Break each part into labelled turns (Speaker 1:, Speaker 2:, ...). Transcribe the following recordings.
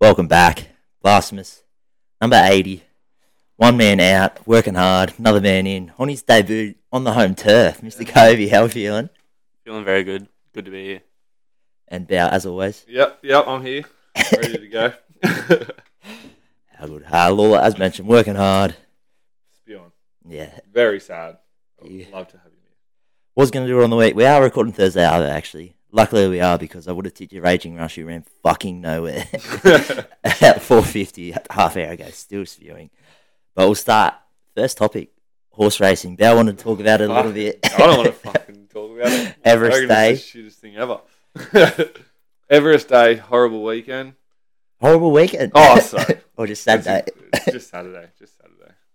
Speaker 1: Welcome back, Blasphemous, number 80. One man out, working hard, another man in, on his debut on the home turf. Mr. Covey, how are you feeling?
Speaker 2: Feeling very good. Good to be here.
Speaker 1: And Bow, as always.
Speaker 3: Yep, yep, I'm here. Ready to go.
Speaker 1: How good. Uh, Lawler, as mentioned, working hard.
Speaker 3: Spew on.
Speaker 1: Yeah.
Speaker 3: Very sad. I'd
Speaker 1: Yeah.
Speaker 3: Love to have you here.
Speaker 1: Was going to do it on the week. We are recording Thursday, are we, actually? Luckily, we are because I would have tipped you Raging Rush, who ran fucking nowhere at 4.50, half hour ago, still spewing. But we'll start. First topic horse racing. Bow wanted to talk about it a little
Speaker 3: Fuck.
Speaker 1: bit.
Speaker 3: I don't want to fucking talk about it.
Speaker 1: Everest
Speaker 3: Reckon it's the shittest thing ever. Everest Day, horrible weekend.
Speaker 1: Horrible weekend.
Speaker 3: Oh, sorry.
Speaker 1: or just Saturday.
Speaker 3: It's- it's just Saturday. Just Saturday.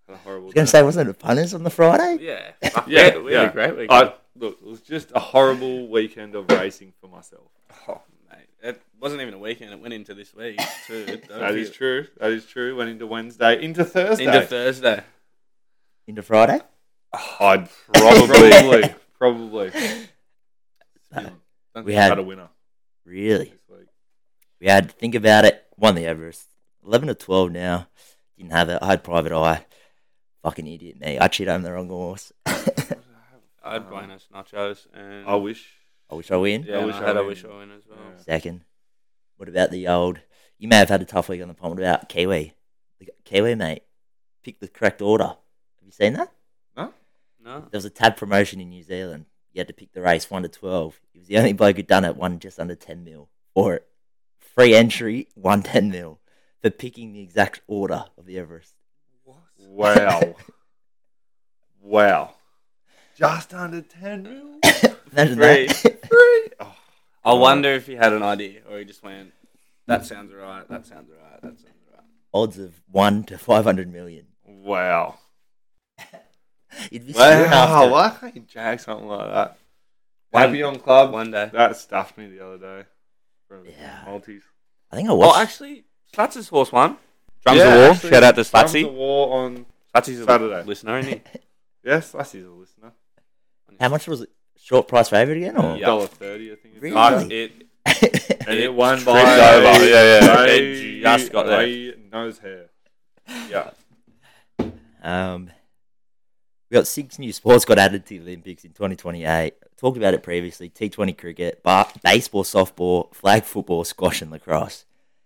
Speaker 3: Had a horrible
Speaker 1: I was going to
Speaker 3: day.
Speaker 1: say, wasn't it punters on the Friday?
Speaker 2: Yeah. Fuck, we
Speaker 3: Yeah,
Speaker 2: had- we had
Speaker 3: yeah.
Speaker 2: a great weekend.
Speaker 3: I, look, it was just oh, a horrible weekend of racing for myself.
Speaker 2: oh, mate. It wasn't even a weekend. It went into this week, too. Don't
Speaker 3: That is
Speaker 2: forget.
Speaker 3: true. That is true. Went into Wednesday, into Thursday.
Speaker 2: Into Thursday.
Speaker 1: Into Friday?
Speaker 3: Ah, I'd probably, probably.
Speaker 2: Uh,
Speaker 1: We had-
Speaker 3: had a winner
Speaker 1: Really?
Speaker 3: this week.
Speaker 1: We had to think about it. Won the Everest. 11 to 12 now. Didn't have it. I had private eye. Fucking idiot me. I cheated on the wrong horse. I
Speaker 2: I had
Speaker 3: Um,
Speaker 2: Buenos Nachos. And
Speaker 3: I wish.
Speaker 1: wish I win.
Speaker 2: Yeah,
Speaker 3: I
Speaker 2: I
Speaker 3: wish
Speaker 2: I had
Speaker 3: I
Speaker 2: a
Speaker 3: win.
Speaker 2: wish I win as well.
Speaker 3: Yeah.
Speaker 1: Second. What about the old? You may have had a tough week on the pond. What about Kiwi? The Kiwi, mate. Pick the correct order. Have you seen that?
Speaker 2: No.
Speaker 1: There was a tab promotion in New Zealand. You had to pick the race one to twelve. He was the only bloke who'd done it. Won just under ten mil for it. Free entry, one ten mil for picking the exact order of the Everest.
Speaker 3: Wow. wow. Just under 10 mil?
Speaker 1: Imagine
Speaker 2: Free.
Speaker 1: that.
Speaker 3: Oh,
Speaker 2: I wonder if he had an idea or he just went, that sounds right. That sounds right. That sounds right.
Speaker 1: Odds of one to five hundred million.
Speaker 3: wow.
Speaker 1: You'd be wow.
Speaker 3: Wow.
Speaker 1: after. it.
Speaker 3: Why can't you jag something like that? Papillon Club.
Speaker 2: One day.
Speaker 3: That stuffed me the other day. From
Speaker 1: Yeah.
Speaker 3: Maltese.
Speaker 1: I think I
Speaker 2: Oh,
Speaker 1: watched.
Speaker 2: actually, Slatz's horse won. Drums
Speaker 3: Yeah,
Speaker 2: of War.
Speaker 3: actually,
Speaker 2: Shout out to
Speaker 3: Drums of
Speaker 2: Slatsy.
Speaker 3: War on.
Speaker 2: Slatsy's a
Speaker 3: Saturday.
Speaker 2: listener, isn't he?
Speaker 3: Yes, Slatsy's a listener.
Speaker 1: How much was it? Short price favourite again, or
Speaker 2: Oh, Yeah.
Speaker 3: Dollar thirty, I think. it's-
Speaker 1: Really?
Speaker 2: Fuck it.
Speaker 3: And
Speaker 2: It
Speaker 3: it won
Speaker 2: tripped
Speaker 3: by
Speaker 2: over, yeah, yeah.
Speaker 3: by-
Speaker 2: It just got there.
Speaker 3: by Nose hair. Yeah.
Speaker 1: Um, we got six new sports got added to the Olympics in 2028. Talked about it previously: T20 cricket, ba- baseball, softball, flag football, squash, and lacrosse.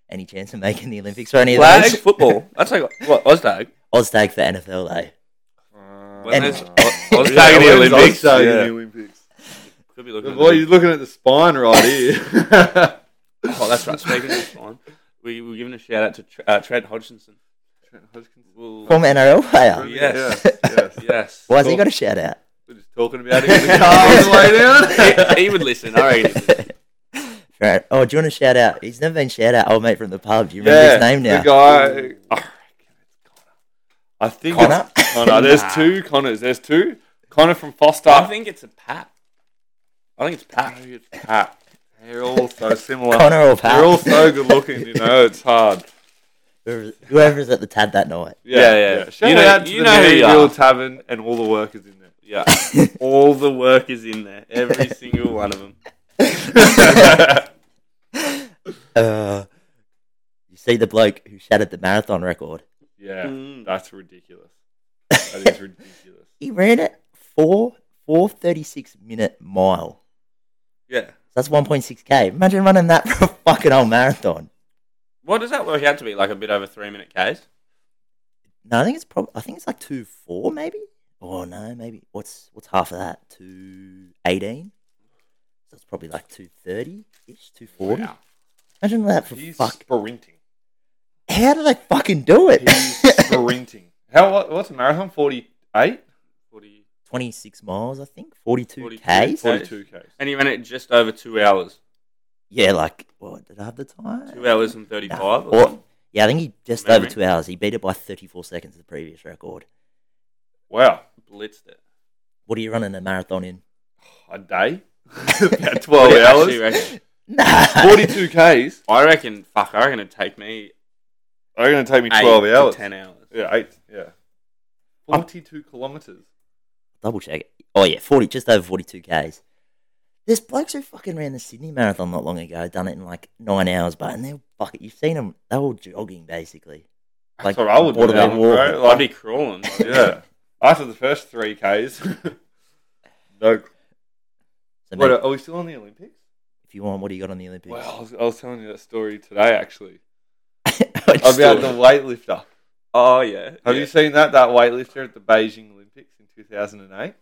Speaker 1: Any chance of making the Olympics for any of
Speaker 2: Flag
Speaker 1: those?
Speaker 2: football. That's like what Ozdag.
Speaker 1: Oztag for NFL though.
Speaker 2: When
Speaker 1: there's-
Speaker 2: Ozdag
Speaker 3: Uh, Yeah,
Speaker 2: in the
Speaker 3: when's
Speaker 2: Olympics.
Speaker 3: Oztag in
Speaker 2: Yeah.
Speaker 3: the Olympics.
Speaker 2: Could be looking.
Speaker 3: The
Speaker 2: at
Speaker 3: boy,
Speaker 2: the-
Speaker 3: you're looking at the spine right here.
Speaker 2: oh, that's right. Speaking of fine, we were giving a shout out to Tr- uh, Trent Hodgson.
Speaker 3: Trent Hodgkinson.
Speaker 2: We'll,
Speaker 1: Former NRL
Speaker 3: Oh,
Speaker 1: player.
Speaker 2: Yes.
Speaker 3: Yes. yes.
Speaker 2: yes.
Speaker 1: Why has he got a shout out?
Speaker 3: We're just talking about it in the car on the way down.
Speaker 2: he, he would listen. I reckon. he'd listen.
Speaker 1: Right. Oh, do you want to shout out? He's never been shout out. Old mate from the pub. Do you remember his name now?
Speaker 3: The guy. I reckon it's Connor. I think
Speaker 1: Connor?
Speaker 3: it's Connor. There's
Speaker 2: Nah.
Speaker 3: two Connors. There's two. Connor from Foster.
Speaker 2: I think it's a Pat. I think it's Pat.
Speaker 3: Maybe it's Pat. They're all so similar.
Speaker 1: Connor or Pat?
Speaker 3: They're all so good looking, you know. It's hard.
Speaker 1: Whoever- Whoever's at the tab that night.
Speaker 2: Yeah, yeah.
Speaker 3: Shout
Speaker 2: You know-
Speaker 3: out to
Speaker 2: you
Speaker 3: the
Speaker 2: know who you
Speaker 3: Medieval
Speaker 2: are.
Speaker 3: Tavern and all the workers in there.
Speaker 2: Yeah. All the work is in there. Every single one of them.
Speaker 1: Uh, you see the bloke who shattered the marathon record.
Speaker 3: Yeah,
Speaker 2: Mm.
Speaker 3: that's ridiculous. That is ridiculous.
Speaker 1: He ran it four four thirty six minute mile.
Speaker 2: Yeah.
Speaker 1: So that's one point six k. Imagine running that for a fucking whole marathon.
Speaker 2: What does that work out to be? Like a bit over three minute case.
Speaker 1: No, I think it's probably. I think it's like two four maybe. Oh no, maybe what's what's half of that? Two eighteen. So it's probably like two thirty ish, two forty.
Speaker 3: Wow.
Speaker 1: Imagine that for
Speaker 3: He's
Speaker 1: fuck.
Speaker 3: sprinting.
Speaker 1: How do they fucking do it?
Speaker 3: He's sprinting. How? What, what's a marathon? Forty-eight.
Speaker 2: Forty.
Speaker 1: Twenty six miles, I think. Forty two
Speaker 2: 42.
Speaker 1: k's.
Speaker 3: Forty-two k.
Speaker 2: And he ran it just over two hours.
Speaker 1: Yeah, like what did I have the time?
Speaker 2: Two hours and thirty
Speaker 1: Nah,
Speaker 2: five.
Speaker 1: or- yeah, I think he just
Speaker 2: Memory.
Speaker 1: over two hours. He beat it by thirty four seconds, the previous record.
Speaker 3: Wow,
Speaker 2: blitzed it.
Speaker 1: What are you running a marathon in?
Speaker 3: a day. About twelve
Speaker 2: I actually
Speaker 3: hours.
Speaker 2: reckon-
Speaker 1: Nah.
Speaker 3: Forty-two k's.
Speaker 2: I reckon. Fuck. I reckon it'd take me
Speaker 3: Are going to take me
Speaker 2: eight
Speaker 3: twelve
Speaker 2: to
Speaker 3: hours?
Speaker 2: ten hours.
Speaker 3: Yeah, eight. Yeah,
Speaker 1: I'm-
Speaker 3: forty-two kilometers.
Speaker 1: Double check. it. Oh yeah, forty, just over forty-two k's. There's blokes who fucking ran the Sydney Marathon not long ago, done it in like nine hours, but and they're fucking, you've seen them, they're all jogging basically.
Speaker 3: That's what I would
Speaker 1: what
Speaker 3: do
Speaker 1: do they
Speaker 3: now,
Speaker 1: walk?
Speaker 3: bro.
Speaker 2: I'd
Speaker 3: Like,
Speaker 2: be crawling.
Speaker 3: yeah. After the first three Ks. no.
Speaker 1: So,
Speaker 3: What,
Speaker 1: mate,
Speaker 3: are we still on the Olympics?
Speaker 1: if you want, what do you got on the Olympics?
Speaker 3: Well, I was, I was telling you that story today, actually.
Speaker 1: I just
Speaker 3: About the
Speaker 1: thought-
Speaker 3: weightlifter.
Speaker 2: Oh yeah.
Speaker 3: Have
Speaker 2: yeah.
Speaker 3: you seen that? That weightlifter at the Beijing Olympics in 2008?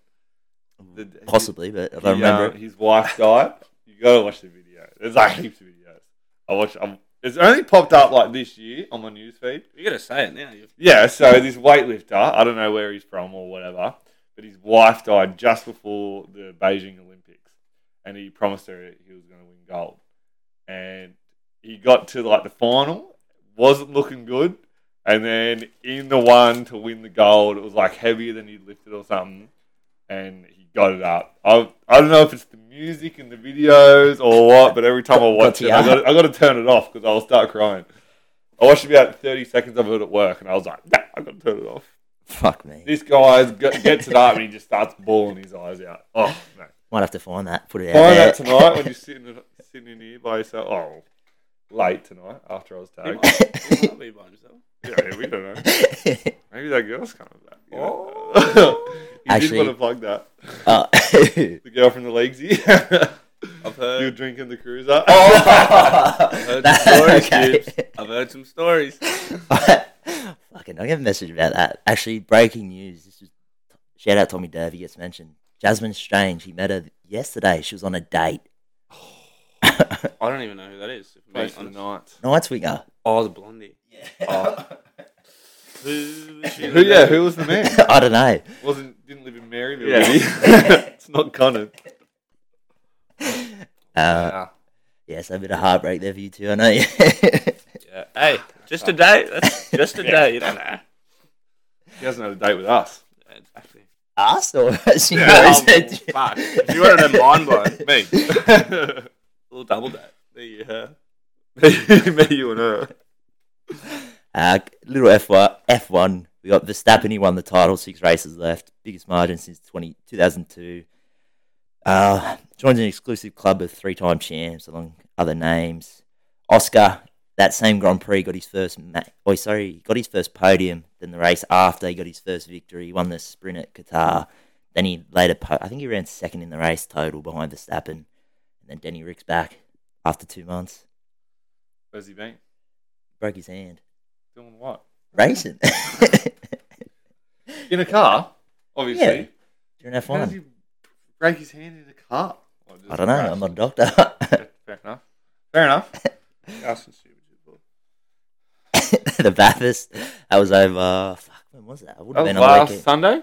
Speaker 3: the-
Speaker 1: Possibly, but I don't
Speaker 3: He,
Speaker 1: remember
Speaker 3: uh, his wife died. You gotta watch the video. There's like heaps of videos. I watch. I'm, it's only popped up like this year on my newsfeed.
Speaker 2: You gotta say it now. You-
Speaker 3: Yeah. So this weightlifter, I don't know where he's from or whatever, but his wife died just before the Beijing Olympics, and he promised her that he was gonna win gold, and he got to like the final, wasn't looking good, and then in the one to win the gold, it was like heavier than he'd lifted or something and he got it up. I, I don't know if it's the music and the videos or what, but every time I watch it, I
Speaker 1: Got ya.
Speaker 3: got, I got to turn it off because I'll start crying. I watched about 30 seconds of it at work and I was like, nah, i got to turn it off.
Speaker 1: Fuck me.
Speaker 3: This guy g- gets it up and he just starts bawling his eyes out. Oh, no.
Speaker 1: Might have to find that. Put it out
Speaker 3: Find
Speaker 1: there.
Speaker 3: that tonight when you're sitting, sitting in here by yourself. Oh, late tonight after I was
Speaker 2: He
Speaker 3: tagged.
Speaker 2: might, he might be by himself.
Speaker 3: yeah, we don't know. Maybe that girl's coming back. You know?
Speaker 2: Oh.
Speaker 3: you
Speaker 1: Actually-
Speaker 3: did want to plug that.
Speaker 1: Oh.
Speaker 3: The girl from the legs here.
Speaker 2: I've
Speaker 3: you were
Speaker 2: heard.
Speaker 3: drinking the cruiser.
Speaker 1: Oh.
Speaker 2: heard
Speaker 1: That-
Speaker 2: some stories,
Speaker 1: okay.
Speaker 2: Gibbs. I've heard some stories.
Speaker 1: Fucking, I'll get a message about that. Actually, breaking news. This is shout out Tommy Derby gets mentioned. Jasmine Strange. He met her yesterday. She was on a date.
Speaker 2: I don't even know who that is. if I'm being
Speaker 3: Place for the
Speaker 2: honest.
Speaker 3: night.
Speaker 1: Night swinger.
Speaker 2: Oh, the blondie.
Speaker 3: Oh.
Speaker 2: Who? is she?
Speaker 3: Who, yeah, who was the man?
Speaker 1: I don't know.
Speaker 3: Wasn't didn't live in Maryville.
Speaker 2: Yeah.
Speaker 3: did he? it's not Conan.
Speaker 1: Uh, yeah, so a bit of heartbreak there for you too. I know.
Speaker 2: Yeah. Hey, just a day. That's just a day. You don't know.
Speaker 3: He hasn't had a date with us.
Speaker 2: Yeah, Exactly.
Speaker 1: Us or she
Speaker 2: Yeah,
Speaker 1: knows
Speaker 2: um,
Speaker 1: it.
Speaker 2: fuck. If you wanted to mind blown,
Speaker 3: Me.
Speaker 2: little double date. There you go.
Speaker 3: Me, you and her.
Speaker 1: Uh, little F1, F1. We got Verstappen. He won the title. Six races left. Biggest margin since 20, 2002. Uh, joins an exclusive club of three-time champs, along other names. Oscar, that same Grand Prix, got his first. Ma- oh, sorry, he got his first podium. Then the race after, he got his first victory. He won the sprint at Qatar. Then he later, po- I think he ran second in the race total behind Verstappen. And then Denny Rick's back after two months.
Speaker 3: Where's he been?
Speaker 1: Broke his hand.
Speaker 3: Doing what?
Speaker 1: Racing.
Speaker 3: In a car, obviously.
Speaker 1: Yeah, During F1.
Speaker 3: How does he break his hand in a car? Or just
Speaker 1: I don't know.
Speaker 3: crash?
Speaker 1: I'm not a doctor.
Speaker 3: Yeah, Fair enough. Fair enough.
Speaker 2: That's some stupid shit, bro.
Speaker 1: the Bathurst. That was over. Fuck, when was that? I would
Speaker 3: That
Speaker 1: have been
Speaker 3: was
Speaker 1: on the
Speaker 3: last
Speaker 1: weekend.
Speaker 3: Sunday.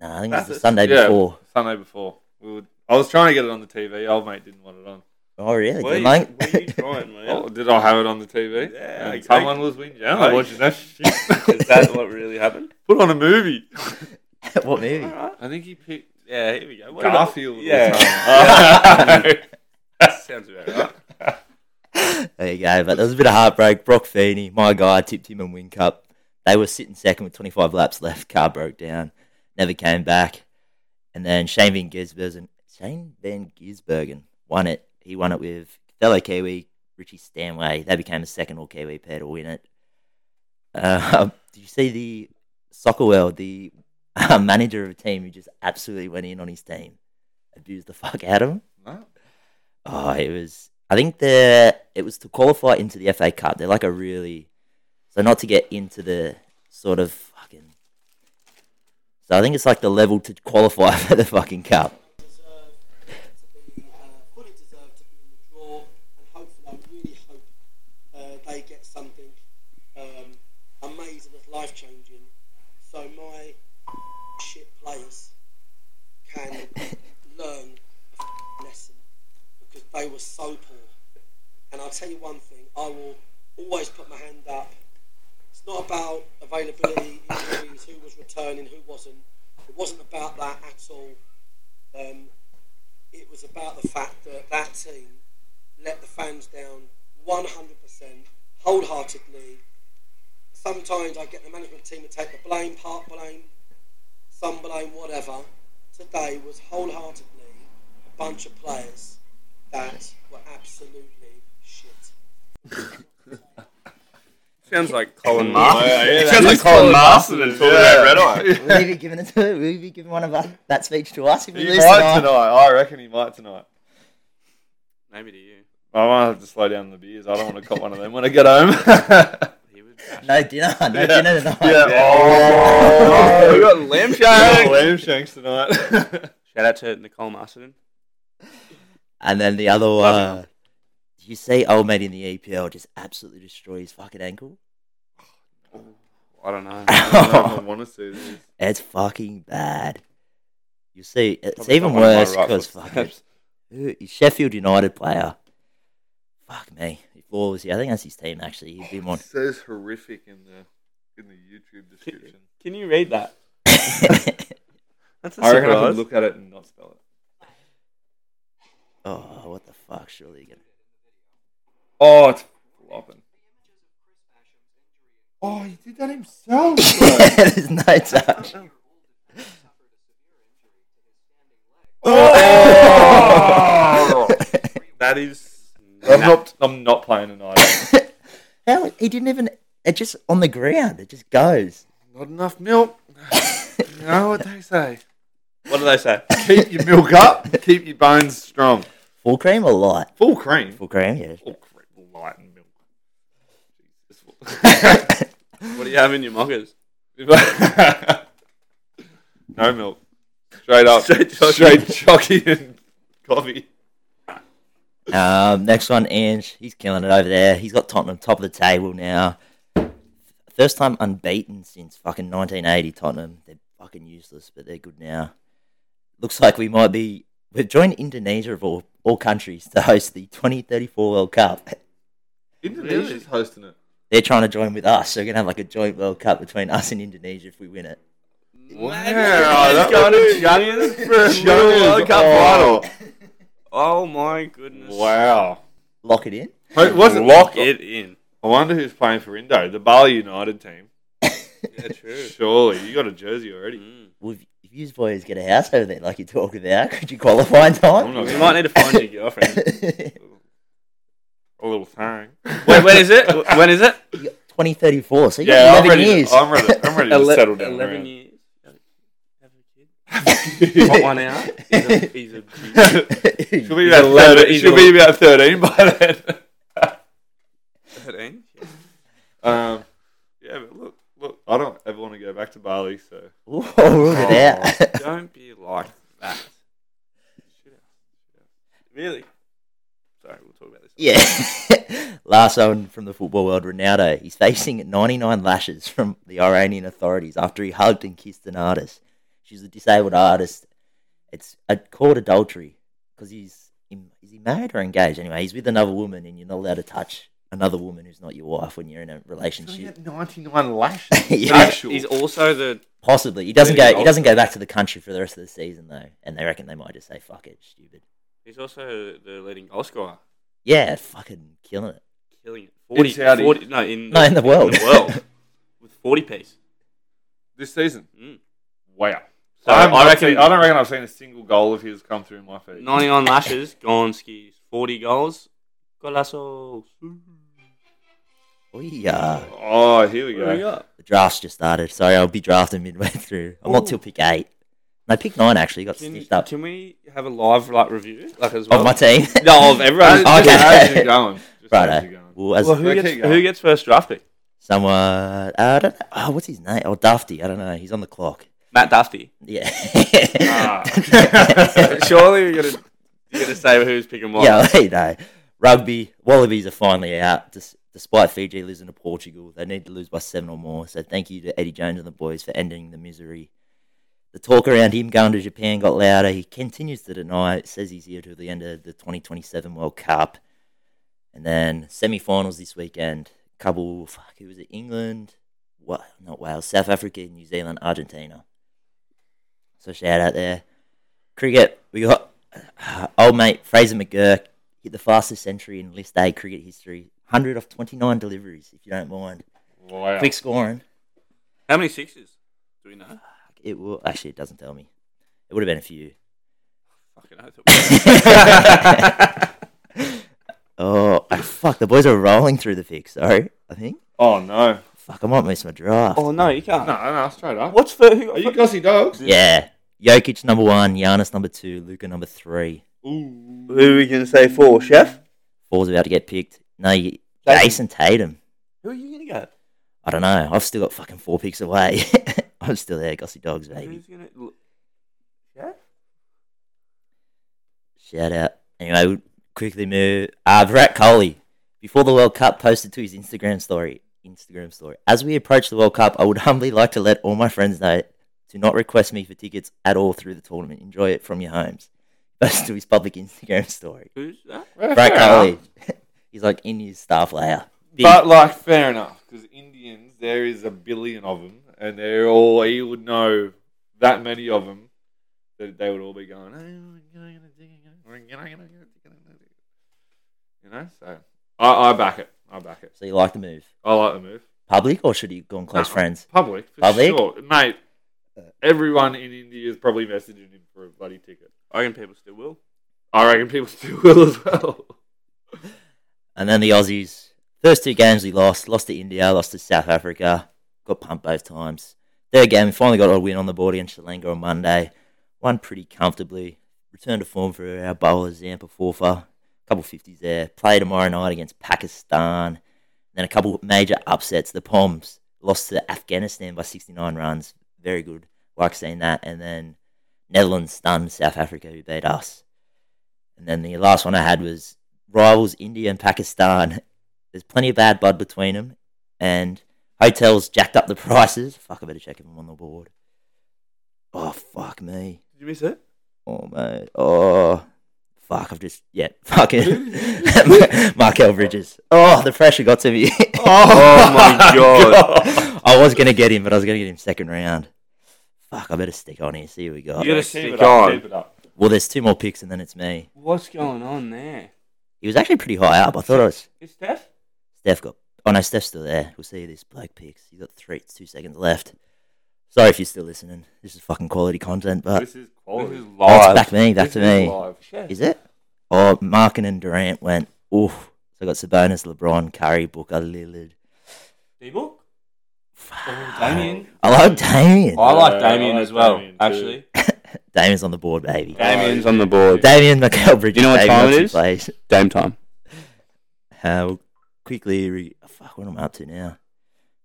Speaker 1: No, I think it was the
Speaker 2: Bathurst.
Speaker 1: Sunday
Speaker 3: Yeah.
Speaker 1: before.
Speaker 3: Sunday before. We would, I was trying to get it on the TV. Old mate didn't want it on.
Speaker 1: Oh, really?
Speaker 2: Where
Speaker 1: Good
Speaker 2: you,
Speaker 1: mate.
Speaker 2: where you trying, man?
Speaker 3: Oh, did I have it on the TV?
Speaker 2: Yeah,
Speaker 3: And
Speaker 2: I-
Speaker 3: someone was whinging. I
Speaker 2: I-
Speaker 3: watching that shit.
Speaker 2: Is that what really happened?
Speaker 3: Put on a movie.
Speaker 1: what movie?
Speaker 2: Alright.
Speaker 3: I think he picked
Speaker 2: Yeah, here we go. What about-
Speaker 3: Garfield.
Speaker 2: Yeah.
Speaker 3: Yeah.
Speaker 2: That sounds about right.
Speaker 1: There you go. But there was a bit of heartbreak. Brock Feeney, my guy, tipped him in Win Cup. They were sitting second with 25 laps left. Car broke down. Never came back. And then Shane Van Gisbergen, Shane Van Gisbergen won it. He won it with fellow Kiwi Richie Stanway. They became the second all Kiwi pair to win it. Uh, did you see the soccer world? The uh, manager of a team who just absolutely went in on his team, abused the fuck out of him.
Speaker 3: No.
Speaker 1: Oh, it was. I think the it was to qualify into the FA Cup. They're like a really so not to get into the sort of fucking. So I think it's like the level to qualify for the fucking cup.
Speaker 4: deserved to be uh, fully deserved to be in the draw, and hopefully, I really hope uh, they get something um, amazing that's life changing, so my shit players can learn a f***ing lesson because they were so poor. And I'll tell you one thing: I will always put my hand up. It's not about availability, injuries, who was returning, who wasn't. It wasn't about that at all um, it was about the fact that that team let the fans down 100%, wholeheartedly. Sometimes I get the management team to take the blame, part blame, some blame, whatever. Today was wholeheartedly bunch of players that were absolutely shit.
Speaker 2: Sounds like Colin
Speaker 5: Yeah,
Speaker 2: Martin.
Speaker 5: yeah,
Speaker 2: It
Speaker 5: that
Speaker 2: sounds like
Speaker 5: is
Speaker 2: Colin
Speaker 5: Colin
Speaker 2: Marston
Speaker 5: Marston,
Speaker 2: until
Speaker 5: yeah.
Speaker 2: that red eye.
Speaker 1: Will you be giving it to? Will you be giving one of us that speech to us if we
Speaker 3: He
Speaker 1: lose
Speaker 3: might
Speaker 1: tonight?
Speaker 3: tonight. I reckon he might tonight.
Speaker 2: Maybe to you.
Speaker 3: I might have to slow down the beers. I don't want to cop one of them when I get home.
Speaker 2: He would.
Speaker 1: No dinner. No
Speaker 3: Yeah.
Speaker 1: dinner tonight.
Speaker 3: Oh,
Speaker 2: we got lamb shank.
Speaker 3: lamb shanks tonight.
Speaker 2: Shout out to Nicole Marston.
Speaker 1: And then the other one.
Speaker 2: Love
Speaker 1: Uh, did you see old mate in the EPL just absolutely destroy his fucking ankle?
Speaker 2: I don't know.
Speaker 3: I don't know
Speaker 1: Oh.
Speaker 3: if I want to see this.
Speaker 1: It's fucking bad. You see, it's
Speaker 2: Probably
Speaker 1: even
Speaker 2: not one of my
Speaker 1: worse
Speaker 2: right
Speaker 1: because fucking
Speaker 2: footsteps.
Speaker 1: who- Sheffield United player. Fuck me. If Law was here, I think that's his team actually. He'd be one.
Speaker 3: It says horrific in the in the YouTube description.
Speaker 2: Can you read that? That's a
Speaker 3: I reckon I
Speaker 2: surprise.
Speaker 3: could look at it and not spell it.
Speaker 1: oh, what the fuck? Surely you're gonna.
Speaker 3: Oh, it's flopping. Oh, he did that himself. bro.
Speaker 1: There's no touch.
Speaker 3: oh!
Speaker 2: That is.
Speaker 3: I'm not. I'm not playing tonight.
Speaker 1: How he didn't even. It just on the ground. It just goes.
Speaker 3: not enough milk. You know what they say.
Speaker 2: What do they say?
Speaker 3: Keep your milk up. Keep your bones strong.
Speaker 1: Full cream or light?
Speaker 3: Full cream.
Speaker 1: Full cream, yeah.
Speaker 3: Full cream. Light and milk.
Speaker 2: What do you have in your mockers?
Speaker 3: no milk. Straight up.
Speaker 2: Straight
Speaker 3: Straight,
Speaker 2: jockey.
Speaker 3: jockey and coffee.
Speaker 1: Um, next one, Ange. He's killing it over there. He's got Tottenham top of the table now. First time unbeaten since fucking 1980. Tottenham. They're fucking useless, but they're good now. Looks like we might be. We've joined Indonesia of all, all countries to host the 2034 World Cup.
Speaker 3: Indonesia's hosting it.
Speaker 1: They're trying to join with us. So we're going to have like a joint World Cup between us and Indonesia if we win it.
Speaker 2: Wow,
Speaker 3: that
Speaker 2: going
Speaker 3: would
Speaker 2: to
Speaker 3: be-
Speaker 2: Jungians for a
Speaker 3: Jungions,
Speaker 2: World Cup
Speaker 3: oh.
Speaker 2: final. Oh my goodness!
Speaker 3: Wow.
Speaker 1: Lock it in.
Speaker 3: Hey, was it
Speaker 2: Lock it in.
Speaker 3: I wonder who's playing for Indo. The Bali United team.
Speaker 2: Yeah, true.
Speaker 3: Surely. You got a jersey already.
Speaker 2: Mm.
Speaker 1: Well, if if you boys get a house over there like you talk about, could you qualify in time?
Speaker 3: I'm not
Speaker 2: You might need to find your girlfriend.
Speaker 3: a little thing.
Speaker 2: Wait, when is it? When is it?
Speaker 1: 2034. So you got
Speaker 3: Yeah, I'm
Speaker 1: 11
Speaker 3: ready.
Speaker 1: years.
Speaker 3: I'm ready. I'm ready to
Speaker 2: Ele-
Speaker 3: settle down.
Speaker 2: Eleven
Speaker 3: around.
Speaker 2: years. Have a kid. Pop one out. He's a, he's a G.
Speaker 3: she'll be
Speaker 2: He's
Speaker 3: about
Speaker 2: a lad-
Speaker 3: thirteen.
Speaker 2: he's
Speaker 3: She'll
Speaker 2: a-
Speaker 3: be about thirteen by then.
Speaker 2: Thirteen.
Speaker 3: Um, yeah, but look, look, I don't ever want to go back to Bali, so
Speaker 1: Ooh, ruled it out.
Speaker 2: Don't be like that. Really? Sorry, we'll talk about this.
Speaker 1: yeah. Last one from the football world, Ronaldo. He's facing 99 lashes from the Iranian authorities after he hugged and kissed an artist. She's a disabled artist. It's uh, called adultery because he's in, is he married or engaged? Anyway, he's with another woman, and you're not allowed to touch another woman who's not your wife when you're in a relationship.
Speaker 3: ninety nine lashes.
Speaker 1: Yeah.
Speaker 3: Actual.
Speaker 2: He's also the
Speaker 1: Possibly, he doesn't
Speaker 3: Really
Speaker 1: go. He doesn't go back to the country for the rest of the season though, and they reckon they might just say "fuck it, stupid."
Speaker 2: he's also the leading goal scorer,
Speaker 1: Yeah, fucking killing it.
Speaker 2: killing it. 40,
Speaker 3: Saudi.
Speaker 2: 40 no, in
Speaker 1: No, in the world.
Speaker 2: the world with forty piece.
Speaker 3: this season.
Speaker 2: Mm.
Speaker 3: Wow.
Speaker 2: So
Speaker 3: I,
Speaker 2: I,
Speaker 3: haven't- I've
Speaker 2: reckon
Speaker 3: seen- I don't reckon I've seen a single goal of his come through my feed.
Speaker 2: ninety nine lashes, gone skis, forty goals, golazo.
Speaker 1: Oh yeah.
Speaker 3: Oh, here we go.
Speaker 1: The draft's just started. Sorry, I'll be drafting midway through. I'm not till pick eight. No, pick nine actually got
Speaker 2: Can,
Speaker 1: stitched up
Speaker 2: can we have a live like review like as well?
Speaker 1: of my team.
Speaker 2: no, of
Speaker 3: How's
Speaker 2: everyone.
Speaker 1: Oh,
Speaker 3: just
Speaker 1: okay.
Speaker 3: how's it going? Just how's it
Speaker 1: Righto.
Speaker 3: going?
Speaker 1: Well, as
Speaker 2: Well, who
Speaker 3: Okay,
Speaker 2: gets
Speaker 3: go.
Speaker 2: who gets first draft pick?
Speaker 1: someone, I don't know. Oh, what's his name? Oh, Dafty. I don't know. He's on the clock.
Speaker 2: Matt Duffy.
Speaker 1: Yeah.
Speaker 3: Ah.
Speaker 2: Surely you're gonna you're gonna say who's picking what.
Speaker 1: yeah, well, you know, rugby Wallabies are finally out. Dis- despite Fiji losing to Portugal, they need to lose by seven or more. So thank you to Eddie Jones and the boys for ending the misery. The talk around him going to Japan got louder. He continues to deny it. Says he's here till the end of the 2027 World Cup, and then semi-finals this weekend. Couple, fuck, who was it? England, what? Not Wales, South Africa, New Zealand, Argentina. So shout out there. Cricket, we got uh, old mate Fraser McGurk hit the fastest century in List A cricket history. 100 off 29 deliveries, if you don't mind.
Speaker 3: Wow.
Speaker 1: Quick scoring.
Speaker 2: How many sixes do we know?
Speaker 1: It will actually. It doesn't tell me. It would have been a few.
Speaker 2: Fucking oath. it was.
Speaker 1: Oh, I, fuck. The boys are rolling through the pick, sorry. I think.
Speaker 3: Oh no.
Speaker 1: Fuck, I might miss my draft.
Speaker 5: Oh no, you
Speaker 3: No,
Speaker 5: can't.
Speaker 3: no, straight up.
Speaker 5: What's for who?
Speaker 3: Are you gussy dogs?
Speaker 1: Yeah. Jokic number one, Giannis number two, Luca number three.
Speaker 3: Ooh.
Speaker 5: Who are we gonna say for chef?
Speaker 1: Four's about to get picked. No, you,
Speaker 5: Tatum.
Speaker 1: Jason Tatum.
Speaker 5: Who are you gonna go?
Speaker 1: I don't know. I've still got fucking four picks away. I'm still there, Gossy Dogs, baby.
Speaker 5: Who's gonna? l- Chef?
Speaker 1: Shout out. Anyway, we'll quickly move. Uh, Virat Kohli, before the World Cup, posted to his Instagram story. Instagram story. As we approach the World Cup, I would humbly like to let all my friends know to not request me for tickets at all through the tournament. Enjoy it from your homes. Posted to his public Instagram story.
Speaker 5: Who's that?
Speaker 1: Virat Kohli. He's like in his staff layer. Big-
Speaker 3: But like, fair enough, because Indians, there is a billion of them, and they're all. He would know that many of them that they would all be going. You know, so I, I back it. I back it.
Speaker 1: so you like the move?
Speaker 3: I like the move.
Speaker 1: Public or should he go on close
Speaker 3: No.
Speaker 1: friends?
Speaker 3: Public, for
Speaker 1: Public?
Speaker 3: sure, mate. Everyone in India is probably messaging him for a bloody ticket.
Speaker 2: I reckon people still will.
Speaker 3: I reckon people still will as well.
Speaker 1: And then the Aussies. First two games we lost. Lost to India, lost to South Africa. Got pumped both times. Third game, we finally got a win on the board against Sri Lanka on Monday. Won pretty comfortably. Returned to form for our bowlers, Zampa Forfa. Couple 50s there. Play tomorrow night against Pakistan. Then a couple major upsets. The Poms lost to Afghanistan by 69 runs. Very good. Like seeing that. And then Netherlands stunned South Africa, who beat us. And then the last one I had was rivals India and Pakistan. There's plenty of bad blood between them, and hotels jacked up the prices. Fuck, I better check if I'm on the board. Oh fuck me.
Speaker 2: Did you miss it?
Speaker 1: Oh mate. Oh fuck. I've just yeah. Fucking Markel Bridges. Oh, the pressure got to me.
Speaker 2: Oh my god.
Speaker 1: I was gonna get him, but I was gonna get him second round. Fuck, I better stick on here. See what we got.
Speaker 2: You gotta
Speaker 3: Keep
Speaker 2: stick
Speaker 3: it up,
Speaker 2: on.
Speaker 3: Keep it up.
Speaker 1: Well, there's two more picks, and then it's me.
Speaker 5: What's going on there?
Speaker 1: He was actually pretty high up. I thought I was.
Speaker 5: Is Steph?
Speaker 1: Steph got. Oh no, Steph's still there. We'll see this bloke picks. You got three, two seconds left. Sorry if you're still listening. This is fucking quality content, but
Speaker 3: This is quality.
Speaker 5: This is
Speaker 1: Oh, it's
Speaker 5: live.
Speaker 1: back to me, back
Speaker 3: This
Speaker 1: to
Speaker 3: is
Speaker 1: me.
Speaker 3: live.
Speaker 5: Chef.
Speaker 1: Is it? Oh, Markin and Durant went. Oof. So I got Sabonis, LeBron, Curry, Booker, Lillard.
Speaker 5: D-Book? Oh, Damien.
Speaker 1: I like
Speaker 2: Mm.
Speaker 1: Damien.
Speaker 5: I like
Speaker 3: Yeah, I
Speaker 5: Damien
Speaker 3: like
Speaker 5: as well,
Speaker 3: Damien too.
Speaker 5: actually.
Speaker 1: Damien's on the board, baby.
Speaker 2: Damien's on the board.
Speaker 1: Damien Michael Bridges.
Speaker 2: You know what
Speaker 1: baby,
Speaker 2: time
Speaker 1: once
Speaker 2: it
Speaker 1: he
Speaker 2: is?
Speaker 1: plays.
Speaker 2: Dame time.
Speaker 1: Uh, we'll quickly, re- fuck, what am I up to now?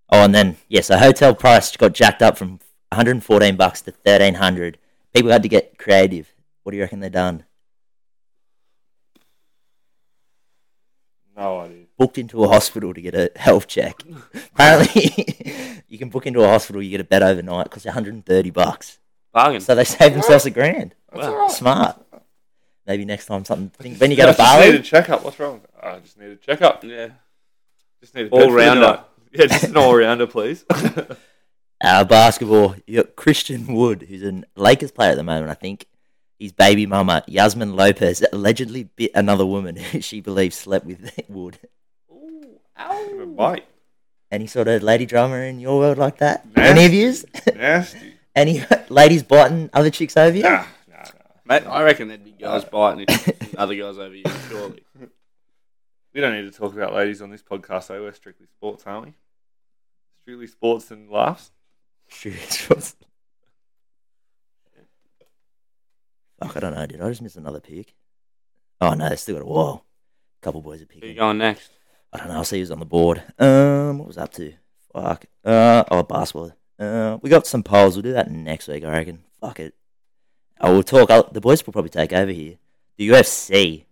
Speaker 1: Oh, and then yeah, so hotel price got jacked up from 114 bucks to 1300. People had to get creative. What do you reckon they done?
Speaker 3: No idea.
Speaker 1: Booked into a hospital to get a health check. Apparently, you can book into a hospital, you get a bed overnight, costs 130 bucks.
Speaker 2: Bargain.
Speaker 1: So they save themselves a grand.
Speaker 3: That's all right.
Speaker 1: Smart. Maybe next time something. Think, when you go to
Speaker 3: I just need
Speaker 1: Bali,
Speaker 3: a checkup. What's wrong? I just need a checkup.
Speaker 2: Yeah.
Speaker 3: Just need a
Speaker 2: All
Speaker 3: bed for the
Speaker 2: rounder.
Speaker 3: night. Yeah, just an all rounder, please.
Speaker 1: uh, basketball. You got Christian Wood, who's a Lakers player at the moment, I think. His baby mama, Yasmin Lopez, allegedly bit another woman who she believes slept with Wood.
Speaker 3: Give it a bite.
Speaker 1: Any sort of lady drama in your world like that?
Speaker 3: Nah.
Speaker 1: Any of yous?
Speaker 3: Nasty.
Speaker 1: Any ladies biting other chicks over you?
Speaker 3: Nah, nah, nah.
Speaker 2: Mate, I reckon there'd be
Speaker 5: Uh,
Speaker 2: guys biting each other guys over you, surely.
Speaker 3: We don't need to talk about ladies on this podcast, though. We're strictly sports, aren't we? Strictly sports and laughs.
Speaker 1: Shoot, it was- Fuck, I don't know, did I just miss another pick? Oh no, they still got a while. couple boys are
Speaker 2: Who you
Speaker 1: picking.
Speaker 2: going next?
Speaker 1: I don't know. I'll see who's on the board. Um, what was I up to? Fuck. Uh, oh, basketball. Uh, we got some polls. We'll do that next week, I reckon. Fuck it. I will talk. I'll, the boys will probably take over here. The UFC.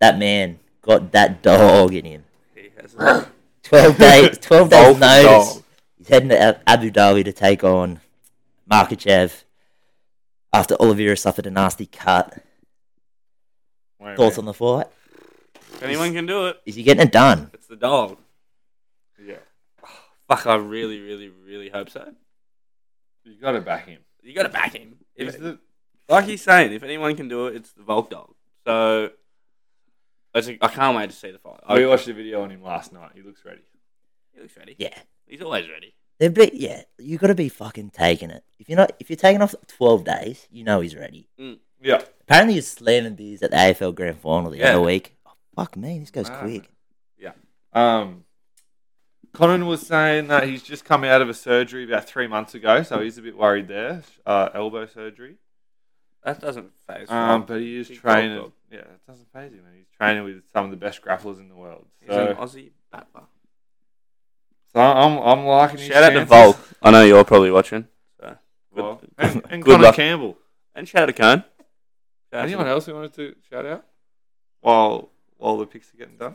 Speaker 1: That man got that dog in him.
Speaker 2: He has a-
Speaker 1: Twelve days. Twelve days
Speaker 2: Wolf
Speaker 1: notice.
Speaker 2: dog.
Speaker 1: He's heading to Ab- Abu Dhabi to take on Markachev after Oliveira suffered a nasty cut.
Speaker 3: Wait,
Speaker 1: Thoughts
Speaker 3: wait.
Speaker 1: on the fight?
Speaker 2: Anyone can do it.
Speaker 1: Is he getting it done?
Speaker 2: It's the dog.
Speaker 3: Yeah.
Speaker 2: Fuck, I really, really, really hope so.
Speaker 3: You got to back him.
Speaker 2: You got to back him. If,
Speaker 3: He's the,
Speaker 2: like he's saying, if anyone can do it, it's the Volk dog. So it's a, I can't wait to see the fight. I,
Speaker 3: we watched the video on him last night. He looks ready.
Speaker 2: he looks ready.
Speaker 1: Yeah.
Speaker 2: He's always ready.
Speaker 1: They'd be, yeah, you got to be fucking taking it. If you're not, if you're taking off twelve days, you know he's ready.
Speaker 2: Mm.
Speaker 3: Yeah.
Speaker 1: Apparently, he was slamming beers at the AFL Grand Final the
Speaker 3: Yeah.
Speaker 1: other week. Oh, fuck me, this goes
Speaker 3: Ah.
Speaker 1: quick.
Speaker 3: Um, Conan was saying that he's just come out of a surgery about three months ago, so he's a bit worried there. Uh, elbow surgery.
Speaker 2: That doesn't phase
Speaker 3: Um, but he is
Speaker 2: Big
Speaker 3: training.
Speaker 2: dog.
Speaker 3: Yeah, it doesn't phase him. and He's training with some of the best grapplers in the world.
Speaker 2: He's an
Speaker 3: So,
Speaker 2: Aussie battler.
Speaker 3: so I'm, I'm liking his
Speaker 2: Shout out to
Speaker 3: chances.
Speaker 2: Volk. I know you're probably watching. So.
Speaker 3: Well, and, and
Speaker 2: Good
Speaker 3: Connor
Speaker 2: luck.
Speaker 3: Campbell.
Speaker 2: And shout out to Cohen. Shout out to
Speaker 3: Anyone
Speaker 2: him.
Speaker 3: else we wanted to shout out while while the picks are getting done?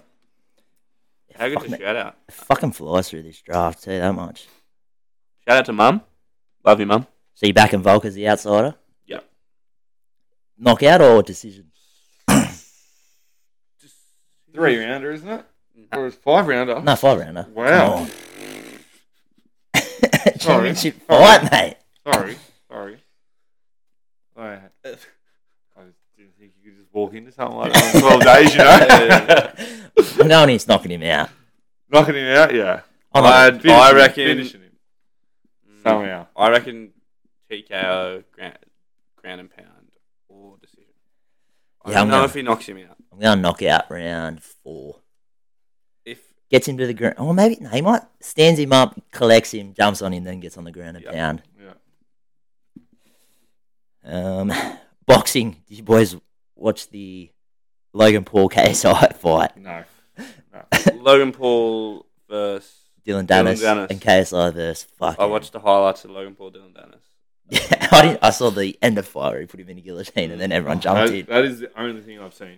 Speaker 2: How good
Speaker 1: Fuck
Speaker 2: to
Speaker 1: me.
Speaker 2: shout out?
Speaker 1: It Fucking flies through this draft too that much.
Speaker 2: Shout out to Mum. Love you, Mum.
Speaker 1: So you back in Volk as the outsider?
Speaker 2: Yep.
Speaker 1: Knockout or decision?
Speaker 3: Three rounder, isn't it?
Speaker 2: Mm.
Speaker 3: Or it's five rounder?
Speaker 1: No, five rounder. Come
Speaker 3: Wow.
Speaker 1: on.
Speaker 3: Sorry.
Speaker 1: Championship
Speaker 3: Sorry.
Speaker 1: fight, mate.
Speaker 3: Sorry, sorry. I, I didn't think you could just walk into something like that in twelve days. You know,
Speaker 1: I'm going he's knocking him out.
Speaker 3: knocking him out. Yeah,
Speaker 1: I'm
Speaker 2: I-
Speaker 1: not,
Speaker 2: I
Speaker 3: Finishing him,
Speaker 2: reckon-
Speaker 3: finishing him somehow.
Speaker 2: I reckon TKO, ground, ground and pound, or decision. I
Speaker 1: Yeah,
Speaker 2: don't
Speaker 1: I'm
Speaker 2: know
Speaker 1: gonna-
Speaker 2: if he knocks him out.
Speaker 1: I'm going knockout round four.
Speaker 2: If
Speaker 1: Gets him to the ground. Or maybe no, he might stands him up, collects him, jumps on him, then gets on the ground and
Speaker 2: Yeah.
Speaker 1: pound.
Speaker 3: Yeah.
Speaker 1: Um, boxing. Did you boys watch the Logan Paul KSI fight?
Speaker 3: No.
Speaker 2: Logan Paul versus
Speaker 1: Dylan Dennis,
Speaker 2: Dennis.
Speaker 1: and KSI versus fuck.
Speaker 2: I watched the highlights of Logan Paul Dylan Dennis.
Speaker 1: Yeah, I, didn't, I saw the end of fire. He put him in a guillotine,
Speaker 2: Mm.
Speaker 1: and then everyone jumped
Speaker 3: That,
Speaker 1: in.
Speaker 3: that is the only thing I've seen.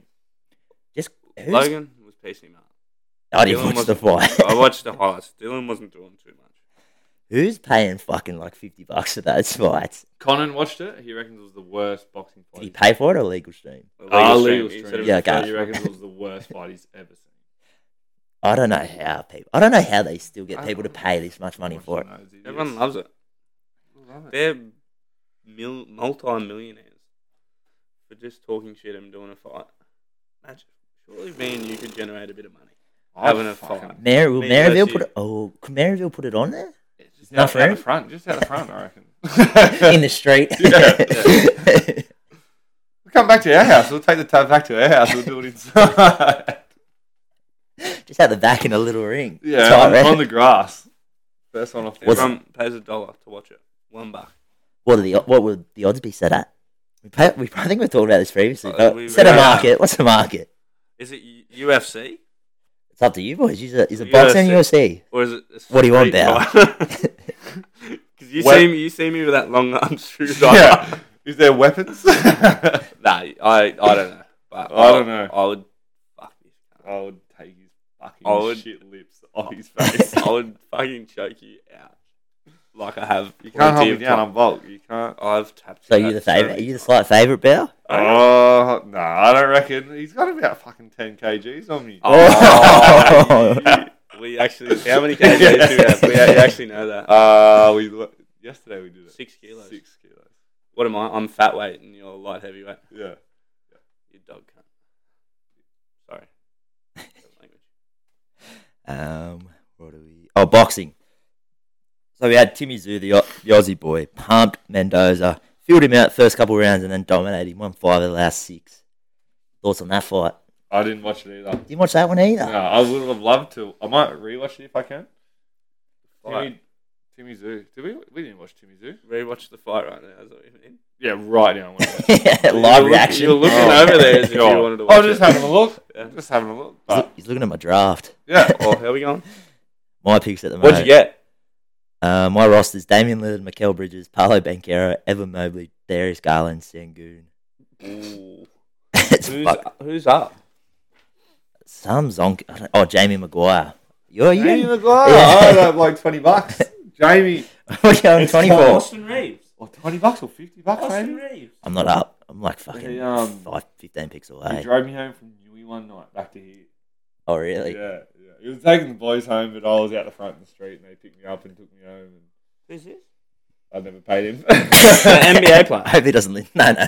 Speaker 1: Just who's,
Speaker 2: Logan was piecing him up.
Speaker 1: I didn't
Speaker 2: Dylan
Speaker 1: watch the
Speaker 2: wasn't-
Speaker 1: fight.
Speaker 2: I watched the highlights. Dylan wasn't doing too much.
Speaker 1: Who's paying fucking like fifty bucks for those fights?
Speaker 3: Conan watched it. He reckons it was the worst boxing
Speaker 1: Did he
Speaker 3: fight.
Speaker 1: pay for it or legal stream?
Speaker 3: Ah,
Speaker 2: stream,
Speaker 3: legal
Speaker 2: he said
Speaker 3: stream.
Speaker 2: it was
Speaker 1: Yeah,
Speaker 3: Yeah,
Speaker 1: okay.
Speaker 3: He reckons it was the worst fight he's ever seen.
Speaker 1: I don't know how people. I don't know how they still
Speaker 3: I
Speaker 1: get people to
Speaker 3: don't-
Speaker 1: pay this much money for it.
Speaker 2: Everyone loves it. They're mil- multi-millionaires for just talking shit and doing a fight. Imagine. Surely me and you could generate a bit of money. having a fight.
Speaker 1: Mary, will
Speaker 2: Me
Speaker 1: Maryville
Speaker 2: versus
Speaker 1: put it? Oh, could Maryville put it on there
Speaker 3: Just
Speaker 1: Not
Speaker 3: out,
Speaker 1: for
Speaker 3: out
Speaker 1: him?
Speaker 3: the front. Just out the front, I reckon.
Speaker 1: in the street?
Speaker 3: Yeah, We'll come back to our house. We'll take the tab back to our house. We'll do it inside.
Speaker 1: Just at the back in a little ring.
Speaker 3: yeah,
Speaker 1: Tight
Speaker 3: on,
Speaker 1: rope.
Speaker 3: on the grass. First one off the
Speaker 1: What's-
Speaker 3: ground.
Speaker 2: Everyone pays a dollar to watch it. One buck.
Speaker 1: What are the what would the odds be set at? We, pay, we I think we've talked about this previously.
Speaker 2: Uh,
Speaker 1: but
Speaker 2: we-
Speaker 1: set a
Speaker 2: yeah.
Speaker 1: market. What's the market?
Speaker 2: Is it U- UFC
Speaker 1: It's up to you boys. Is a, is a boxing
Speaker 2: UFC.
Speaker 1: UFC?
Speaker 2: or is it? a
Speaker 1: What do you want,
Speaker 2: street
Speaker 1: Bal?
Speaker 2: fight? 'Cause you
Speaker 3: Well-
Speaker 2: see me, you see me with that long arm screwdriver.
Speaker 3: Yeah. Is there weapons? I
Speaker 2: Nah, I, I don't know. But
Speaker 3: I don't know.
Speaker 2: I would fuck this.
Speaker 3: would take his fucking
Speaker 2: I would-
Speaker 3: shit lips off his face.
Speaker 2: I would fucking choke you out like I have.
Speaker 3: you can't hold
Speaker 2: plenty
Speaker 3: me
Speaker 2: of
Speaker 3: down.
Speaker 2: time.
Speaker 3: I'm bulk. You can't.
Speaker 2: I've tapped.
Speaker 1: So
Speaker 2: you
Speaker 1: you the
Speaker 2: out
Speaker 1: favorite?
Speaker 2: so
Speaker 1: you the slight favorite, Bell?
Speaker 3: Oh no, I don't reckon. He's got about fucking ten kgs on me.
Speaker 1: Oh.
Speaker 2: many. We actually, how many kgs do we have? We a- you actually know that.
Speaker 3: Uh, we lo- yesterday we did it.
Speaker 2: Six kilos.
Speaker 3: Six kilos.
Speaker 2: What am I? I'm fat weight and you're light heavyweight.
Speaker 3: Yeah.
Speaker 2: You dog cunt. Sorry. That language.
Speaker 1: Um, what do we? Oh, boxing. So we had Timmy Zoo, the, Au- the Aussie boy, pumped Mendoza, filled him out first couple rounds, and then dominated him. One five of the last six. Thoughts on that fight?
Speaker 3: I didn't watch it either.
Speaker 1: Didn't watch that one either.
Speaker 3: No, I would have loved to. I might rewatch it if I can. Timmy,
Speaker 2: Fight.
Speaker 3: Timmy Zoo. Did we? We didn't watch Timmy Zoo.
Speaker 2: Rewatch the fight right now. Is that what you mean?
Speaker 3: Yeah, right now. I wanna watch it.
Speaker 1: Live
Speaker 2: look-
Speaker 1: reaction.
Speaker 2: you're looking
Speaker 1: Oh.
Speaker 2: over there as if you
Speaker 3: Yeah.
Speaker 2: wanted to
Speaker 3: I
Speaker 2: watch
Speaker 3: was just
Speaker 2: it.
Speaker 3: having a look.
Speaker 2: Yeah.
Speaker 3: Just having a look.
Speaker 1: He's,
Speaker 3: But
Speaker 1: look- he's looking at my draft.
Speaker 3: yeah,
Speaker 2: Oh, how are we going?
Speaker 1: My picks at the moment.
Speaker 2: What'd you get?
Speaker 1: Uh, my roster's Damien Lillard, Mikel Bridges, Paolo Banquero, Evan Mobley, Darius Garland, Sangoon.
Speaker 2: Ooh.
Speaker 1: it's
Speaker 2: Who's,
Speaker 1: fuck.
Speaker 2: who's up?
Speaker 1: Some zonk. I don't- Oh, Jamie Maguire. You're you.
Speaker 3: Jamie Maguire.
Speaker 1: Yeah.
Speaker 3: Oh, I owed up like twenty bucks. Jamie,
Speaker 1: We're going
Speaker 5: It's
Speaker 1: 24.
Speaker 5: Austin Reeves.
Speaker 3: or twenty bucks or fifty bucks
Speaker 5: Austin
Speaker 3: maybe.
Speaker 5: Reeves.
Speaker 1: I'm not up. I'm like fucking
Speaker 3: Hey, um,
Speaker 1: five, 15 picks
Speaker 3: He
Speaker 1: away.
Speaker 3: drove me home from Newey one night back to here.
Speaker 1: Oh, really?
Speaker 3: yeah, yeah. He was taking the boys home, but I was out the front in the street, and they picked me up and took me home, and
Speaker 2: Who's this?
Speaker 3: I never paid him.
Speaker 2: NBA player.
Speaker 1: I hope he doesn't. li- No, no.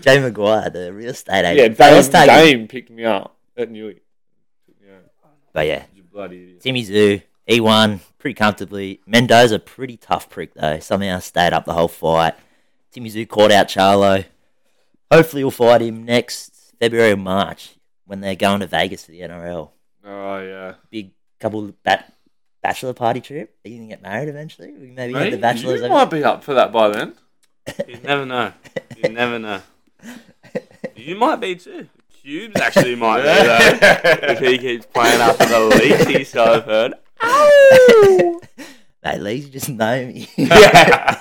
Speaker 1: Jamie Maguire, the real estate
Speaker 3: yeah,
Speaker 1: agent. Real
Speaker 3: Dame,
Speaker 1: estate-
Speaker 3: Dame picked me up at Newey. Took me home.
Speaker 1: But yeah,
Speaker 3: You bloody idiot.
Speaker 1: Timmy Zoo, E1, pretty comfortably. Mendoza, pretty tough prick though. Somehow stayed up the whole fight. Timmy Zoo caught out Charlo. Hopefully, we'll fight him next February or March when they're going to Vegas for the NRL.
Speaker 3: Oh yeah.
Speaker 1: Big couple bat- bachelor party trip. Are you gonna get married eventually? We maybe have the
Speaker 3: Mate, you
Speaker 1: bachelors. over-
Speaker 3: might be up for that by then.
Speaker 2: You never know. You never know. You might be too. Cubes actually might be though. If he keeps playing up in the leashy, so I've heard.
Speaker 1: Mate, Lee's just know me.
Speaker 3: yeah.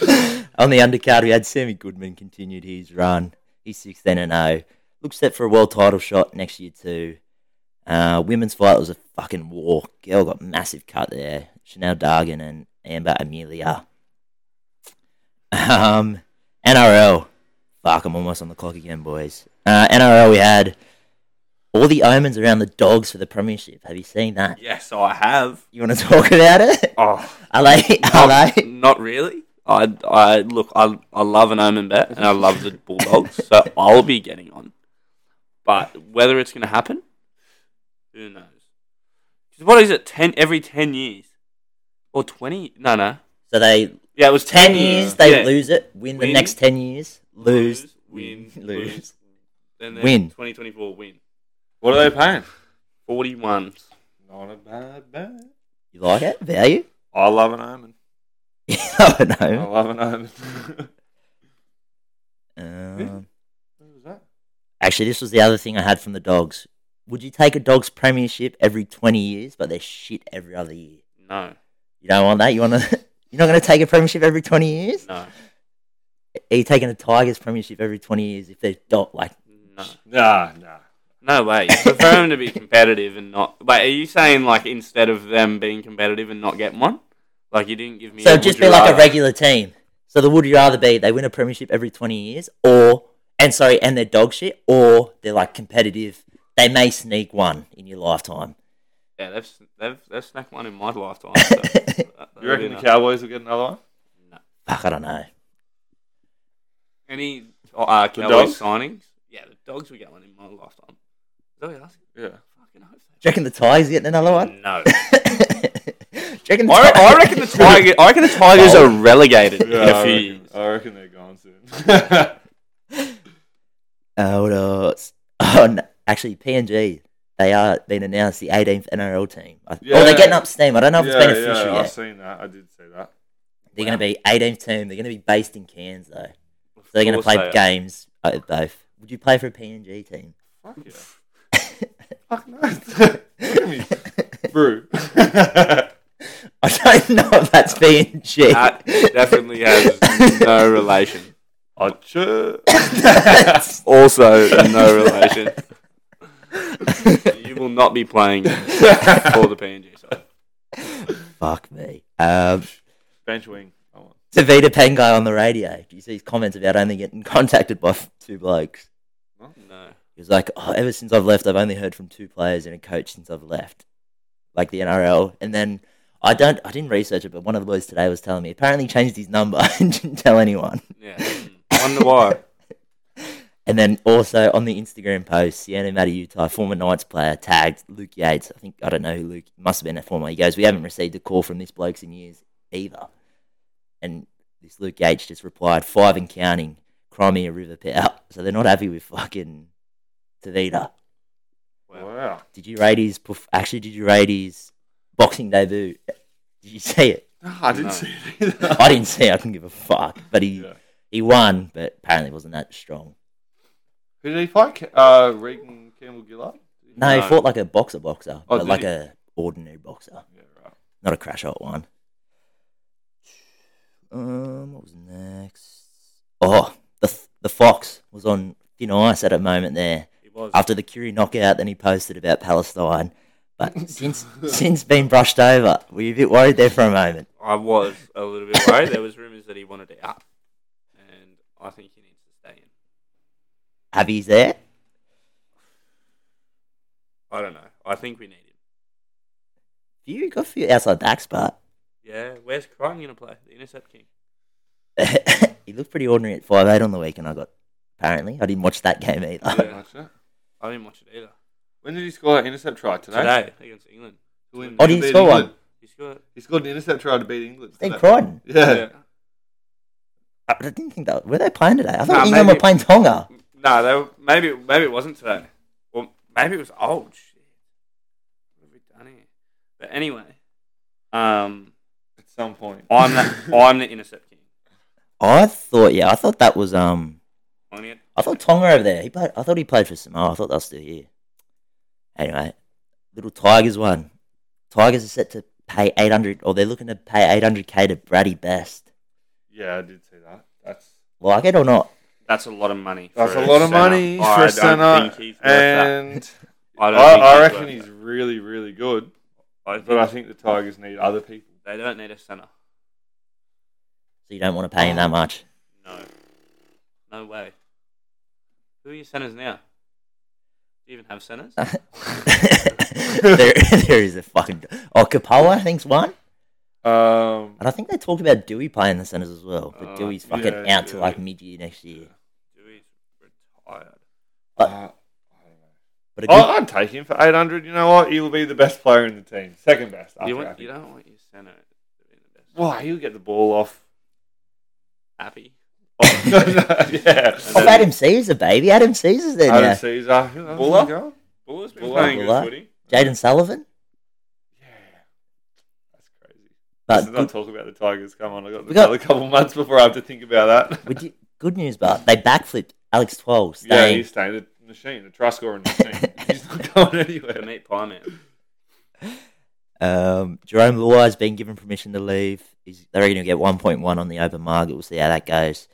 Speaker 1: On the undercard, we had Sammy Goodman continued his run. He's 16 and 0. Looks set for a world title shot next year, too. Uh, women's fight was a fucking war. Girl got massive cut there. Chanel Dargan and Amber Amelia. Um, NRL. Fuck, I'm almost on the clock again, boys. Uh, NRL, we had all the omens around the dogs for the Premiership. Have you seen that?
Speaker 2: Yes, I have.
Speaker 1: You want to talk about it?
Speaker 2: Oh,
Speaker 1: Are they? Are
Speaker 2: not,
Speaker 1: they?
Speaker 2: not really. I, I look. I, I love an omen bet, and I love the Bulldogs, so I'll be getting on. But whether it's going to happen, who knows? 'Cause what is it? Ten every ten years, or twenty? No, no.
Speaker 1: So they
Speaker 2: Yeah, it was ten,
Speaker 1: 10 years, they
Speaker 2: Uh, Yeah.
Speaker 1: lose it, win, the
Speaker 2: Win.
Speaker 1: next 10 years, lose,
Speaker 2: win,
Speaker 1: lose.
Speaker 2: lose, and then
Speaker 1: Win.
Speaker 2: Twenty twenty four win.
Speaker 3: What are they paying?
Speaker 2: Forty one.
Speaker 3: Not a bad bet.
Speaker 1: You like it? Value?
Speaker 3: I love an omen.
Speaker 1: I don't
Speaker 3: I
Speaker 1: know.
Speaker 3: love an omen.
Speaker 2: Oh.
Speaker 1: Um,
Speaker 3: Who was that?
Speaker 1: actually, this was the other thing I had from the dogs. Would you take a dog's premiership every 20 years, but they're shit every other year?
Speaker 2: No,
Speaker 1: You don't want that? You want to. You're not going to take a premiership every 20 years?
Speaker 2: no,
Speaker 1: Are you taking a Tigers premiership every 20 years if they're not like.
Speaker 2: no,
Speaker 3: Nah, nah.
Speaker 2: no way. You prefer them to be competitive and not. Wait, are you saying like instead of them being competitive and not getting one, like you didn't give me?
Speaker 1: So
Speaker 2: a
Speaker 1: it'd just
Speaker 2: would
Speaker 1: be
Speaker 2: you
Speaker 1: like a
Speaker 2: rather?
Speaker 1: regular team. So the would you rather be they win a premiership every twenty years, or and sorry, and they're dog shit, or they're like competitive. They may sneak one in your lifetime.
Speaker 2: Yeah, they've s- they've they've snacked one in my lifetime. So that- that'll be
Speaker 3: You reckon the
Speaker 2: enough.
Speaker 3: Cowboys will get another one?
Speaker 1: Fuck, I don't know.
Speaker 2: Any uh,
Speaker 3: dogs?
Speaker 2: Cowboys signings? Yeah, the dogs will get one in my lifetime. Is that what you're asking?
Speaker 3: Yeah.
Speaker 2: Fucking hope so.
Speaker 1: Do you reckon the Tigers getting another one?
Speaker 2: No.
Speaker 1: Do you reckon the
Speaker 2: I, I
Speaker 1: Tigers-
Speaker 2: reckon the Tiger, I reckon the Tigers are relegated in
Speaker 3: Yeah,
Speaker 2: a
Speaker 3: I,
Speaker 2: few
Speaker 3: reckon,
Speaker 2: years.
Speaker 3: I reckon they're gone soon.
Speaker 1: Uh, what else? Oh, no. actually, PNG they are been announced the 18th NRL team. I- Oh,
Speaker 3: Yeah.
Speaker 1: they're getting up steam. I don't know if it's been official
Speaker 3: yeah, I've
Speaker 1: yet.
Speaker 3: seen that. I did see that.
Speaker 1: They're going to be 18th team. They're going to be based in Cairns though. So they're going to
Speaker 2: Of
Speaker 1: play
Speaker 2: course they are.
Speaker 1: games uh, both. Would you play for a PNG team?
Speaker 3: Fuck yeah. Fuck no. Look at me. Brew.
Speaker 1: I don't know if that's PNG.
Speaker 2: That definitely has no relation.
Speaker 3: Achoo.
Speaker 1: That's-
Speaker 2: Also, no relation. you will not be playing for the PNG side.
Speaker 1: Fuck me. Um,
Speaker 3: Bench wing. I want.
Speaker 1: Tavita Pengai on the radio. Do you see his comments about only getting contacted by f- two blokes?
Speaker 2: No.
Speaker 1: He was like, oh, ever since I've left, I've only heard from two players and a coach since I've left, like the NRL. And then I don't, I didn't research it, but one of the boys today was telling me apparently changed his number and didn't tell anyone.
Speaker 2: Yeah. mm. Wonder why.
Speaker 1: And then also on the Instagram post, Sienna Matty Utah, former Knights player, tagged Luke Yates. I think I don't know who Luke must have been a former. He goes, We haven't received a call from this bloke's in years either. And this Luke Yates just replied, five and counting, Crimea River Power. So they're not happy with fucking Tavita.
Speaker 3: Wow.
Speaker 1: Did you rate his perf- actually did you rate his boxing debut? Did you see it?
Speaker 3: No, Ah, I didn't
Speaker 2: No.
Speaker 3: see it either.
Speaker 1: I didn't see it, I couldn't give a fuck. But he
Speaker 3: Yeah.
Speaker 1: he won, but apparently wasn't that strong.
Speaker 3: Who did he fight? Ca- Uh, Regan Campbell Gillard?
Speaker 1: No,
Speaker 2: No.
Speaker 1: he fought like a boxer boxer,
Speaker 3: Oh,
Speaker 1: but
Speaker 3: did
Speaker 1: like
Speaker 3: he?
Speaker 1: a ordinary boxer,
Speaker 3: Yeah, right.
Speaker 1: not a crash out one. Um, what was next? Oh, the f- the fox was on thin ice at a moment there
Speaker 2: It was.
Speaker 1: after the Curie knockout. Then he posted about Palestine, but since since been brushed over, were you a bit worried there for a moment?
Speaker 2: I was a little bit worried. There was rumours that he wanted out, and I think he needs to stay in.
Speaker 1: Abby's there.
Speaker 2: I don't know. I think we need him.
Speaker 1: You got a few outside backs, but
Speaker 2: Yeah. Where's Crichton going to play? The intercept king.
Speaker 1: he looked pretty ordinary at five eight on the weekend. I got apparently I didn't watch that game either.
Speaker 2: Yeah.
Speaker 3: Didn't watch that.
Speaker 2: I didn't watch it either.
Speaker 3: When did he score that intercept try? Today?
Speaker 2: Today against England.
Speaker 3: To win-
Speaker 1: Oh,
Speaker 3: to
Speaker 1: did he
Speaker 3: beat
Speaker 1: score one?
Speaker 3: England.
Speaker 2: He scored.
Speaker 3: He scored an intercept try to beat England.
Speaker 1: Then
Speaker 3: today.
Speaker 1: Crichton.
Speaker 3: Yeah.
Speaker 2: Yeah.
Speaker 1: I didn't think that were they playing today. I thought
Speaker 2: Nah,
Speaker 1: England
Speaker 2: maybe-
Speaker 1: were playing Tonga.
Speaker 2: No, they were, maybe maybe it wasn't today. Well, maybe it was old. Shit. What have we done here? But anyway, um,
Speaker 3: at some point.
Speaker 2: I'm the, I'm the intercept king.
Speaker 1: I thought yeah, I thought that was um
Speaker 2: On it.
Speaker 1: I thought Tonga over there. He played I thought he played for Samoa. I thought they were still here. Anyway, little Tigers one. Tigers are set to pay eight hundred or they're looking to pay eight hundred K to Brady Best.
Speaker 3: Yeah, I did see that. That's
Speaker 1: Like it or not.
Speaker 2: That's a lot of money.
Speaker 3: that's
Speaker 2: for
Speaker 3: a lot of
Speaker 2: centre.
Speaker 3: money
Speaker 2: I
Speaker 3: for a
Speaker 2: don't
Speaker 3: center,
Speaker 2: think he's worth that.
Speaker 3: and
Speaker 2: I,
Speaker 3: I,
Speaker 2: don't
Speaker 3: I
Speaker 2: think
Speaker 3: reckon
Speaker 2: he's.
Speaker 3: he's
Speaker 2: worth that.
Speaker 3: really, really good.
Speaker 2: I think
Speaker 3: But I think the Tigers need other people.
Speaker 2: they don't need a center.
Speaker 1: So you don't want to pay him that much.
Speaker 2: No, no way. Who are your centers now? Do you even have centers?
Speaker 1: there, there is a fucking Oh Kapoa I think's one.
Speaker 3: Um,
Speaker 1: And I think they talked about Dewey playing the centres as well, but
Speaker 2: Oh,
Speaker 1: Dewey's fucking
Speaker 3: yeah,
Speaker 1: out to
Speaker 3: Dewey.
Speaker 1: like mid year next year.
Speaker 2: Dewey's retired.
Speaker 3: uh,
Speaker 1: But-
Speaker 3: I
Speaker 1: But a
Speaker 2: Oh,
Speaker 3: don't know.
Speaker 1: good,
Speaker 3: I- I'd take him for 800. You know what? He'll be the best player in the team. Second best.
Speaker 2: You,
Speaker 3: after
Speaker 2: want,
Speaker 3: Appy.
Speaker 2: you don't want your center to be the best.
Speaker 3: Why? He'll get the ball off.
Speaker 2: Happy.
Speaker 3: off- yeah.
Speaker 1: oh, Adam Caesar, baby, Adam Caesar's there
Speaker 3: Adam
Speaker 1: now.
Speaker 3: Caesar. Who else
Speaker 2: Buller?
Speaker 3: has he got?
Speaker 2: Buller's been
Speaker 3: Buller.
Speaker 2: playing good
Speaker 1: Buller.
Speaker 2: footy.
Speaker 1: Jaden Sullivan,
Speaker 3: Yeah. That's crazy.
Speaker 1: but
Speaker 3: Let's not
Speaker 1: good,
Speaker 3: talk about the Tigers. Come on, I got
Speaker 1: We got-
Speaker 3: another couple months before I have to think about that.
Speaker 1: we did- good news, but they backflipped Alex Twelve,
Speaker 3: Yeah,
Speaker 1: staying.
Speaker 3: he's staying at the machine, the try scoring machine. he's not going
Speaker 2: The
Speaker 3: anywhere.
Speaker 2: meat pie man.
Speaker 1: um, Jerome Luai's been given permission to leave. He's, they're going to get 1.1 on the open market. We'll see how that goes.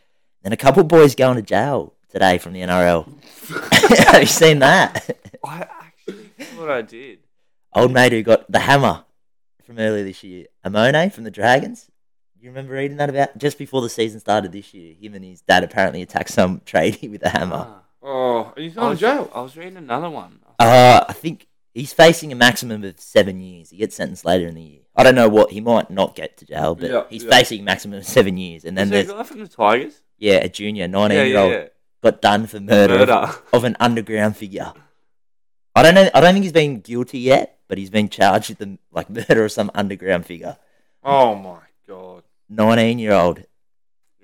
Speaker 1: Then a couple boys going to jail today from the NRL. Have you seen that?
Speaker 2: I actually thought I did.
Speaker 1: Old mate who got the hammer from earlier this year, Amone from the Dragons. You remember reading that about just before the season started this year? Him and his dad apparently attacked some tradie with a hammer.
Speaker 2: Ah.
Speaker 3: Oh, he's
Speaker 2: I
Speaker 3: not in
Speaker 2: was-
Speaker 3: jail.
Speaker 2: I was reading another one.
Speaker 1: Uh, I think he's facing a maximum of seven years. He gets sentenced later in the year. I don't know what he might not get to jail, but
Speaker 3: Yeah,
Speaker 1: he's
Speaker 3: yeah.
Speaker 1: facing a maximum of seven years. And then
Speaker 2: Is there a
Speaker 1: there's
Speaker 2: guy from the Tigers?
Speaker 1: yeah, a junior, nineteen
Speaker 2: Yeah,
Speaker 1: year
Speaker 2: yeah,
Speaker 1: old,
Speaker 2: yeah.
Speaker 1: got done for murder, of-
Speaker 2: Murder.
Speaker 1: of an underground figure. I don't know. I don't think he's been guilty yet, but he's been charged with the like murder of some underground figure.
Speaker 3: Oh my god.
Speaker 1: Nineteen year old.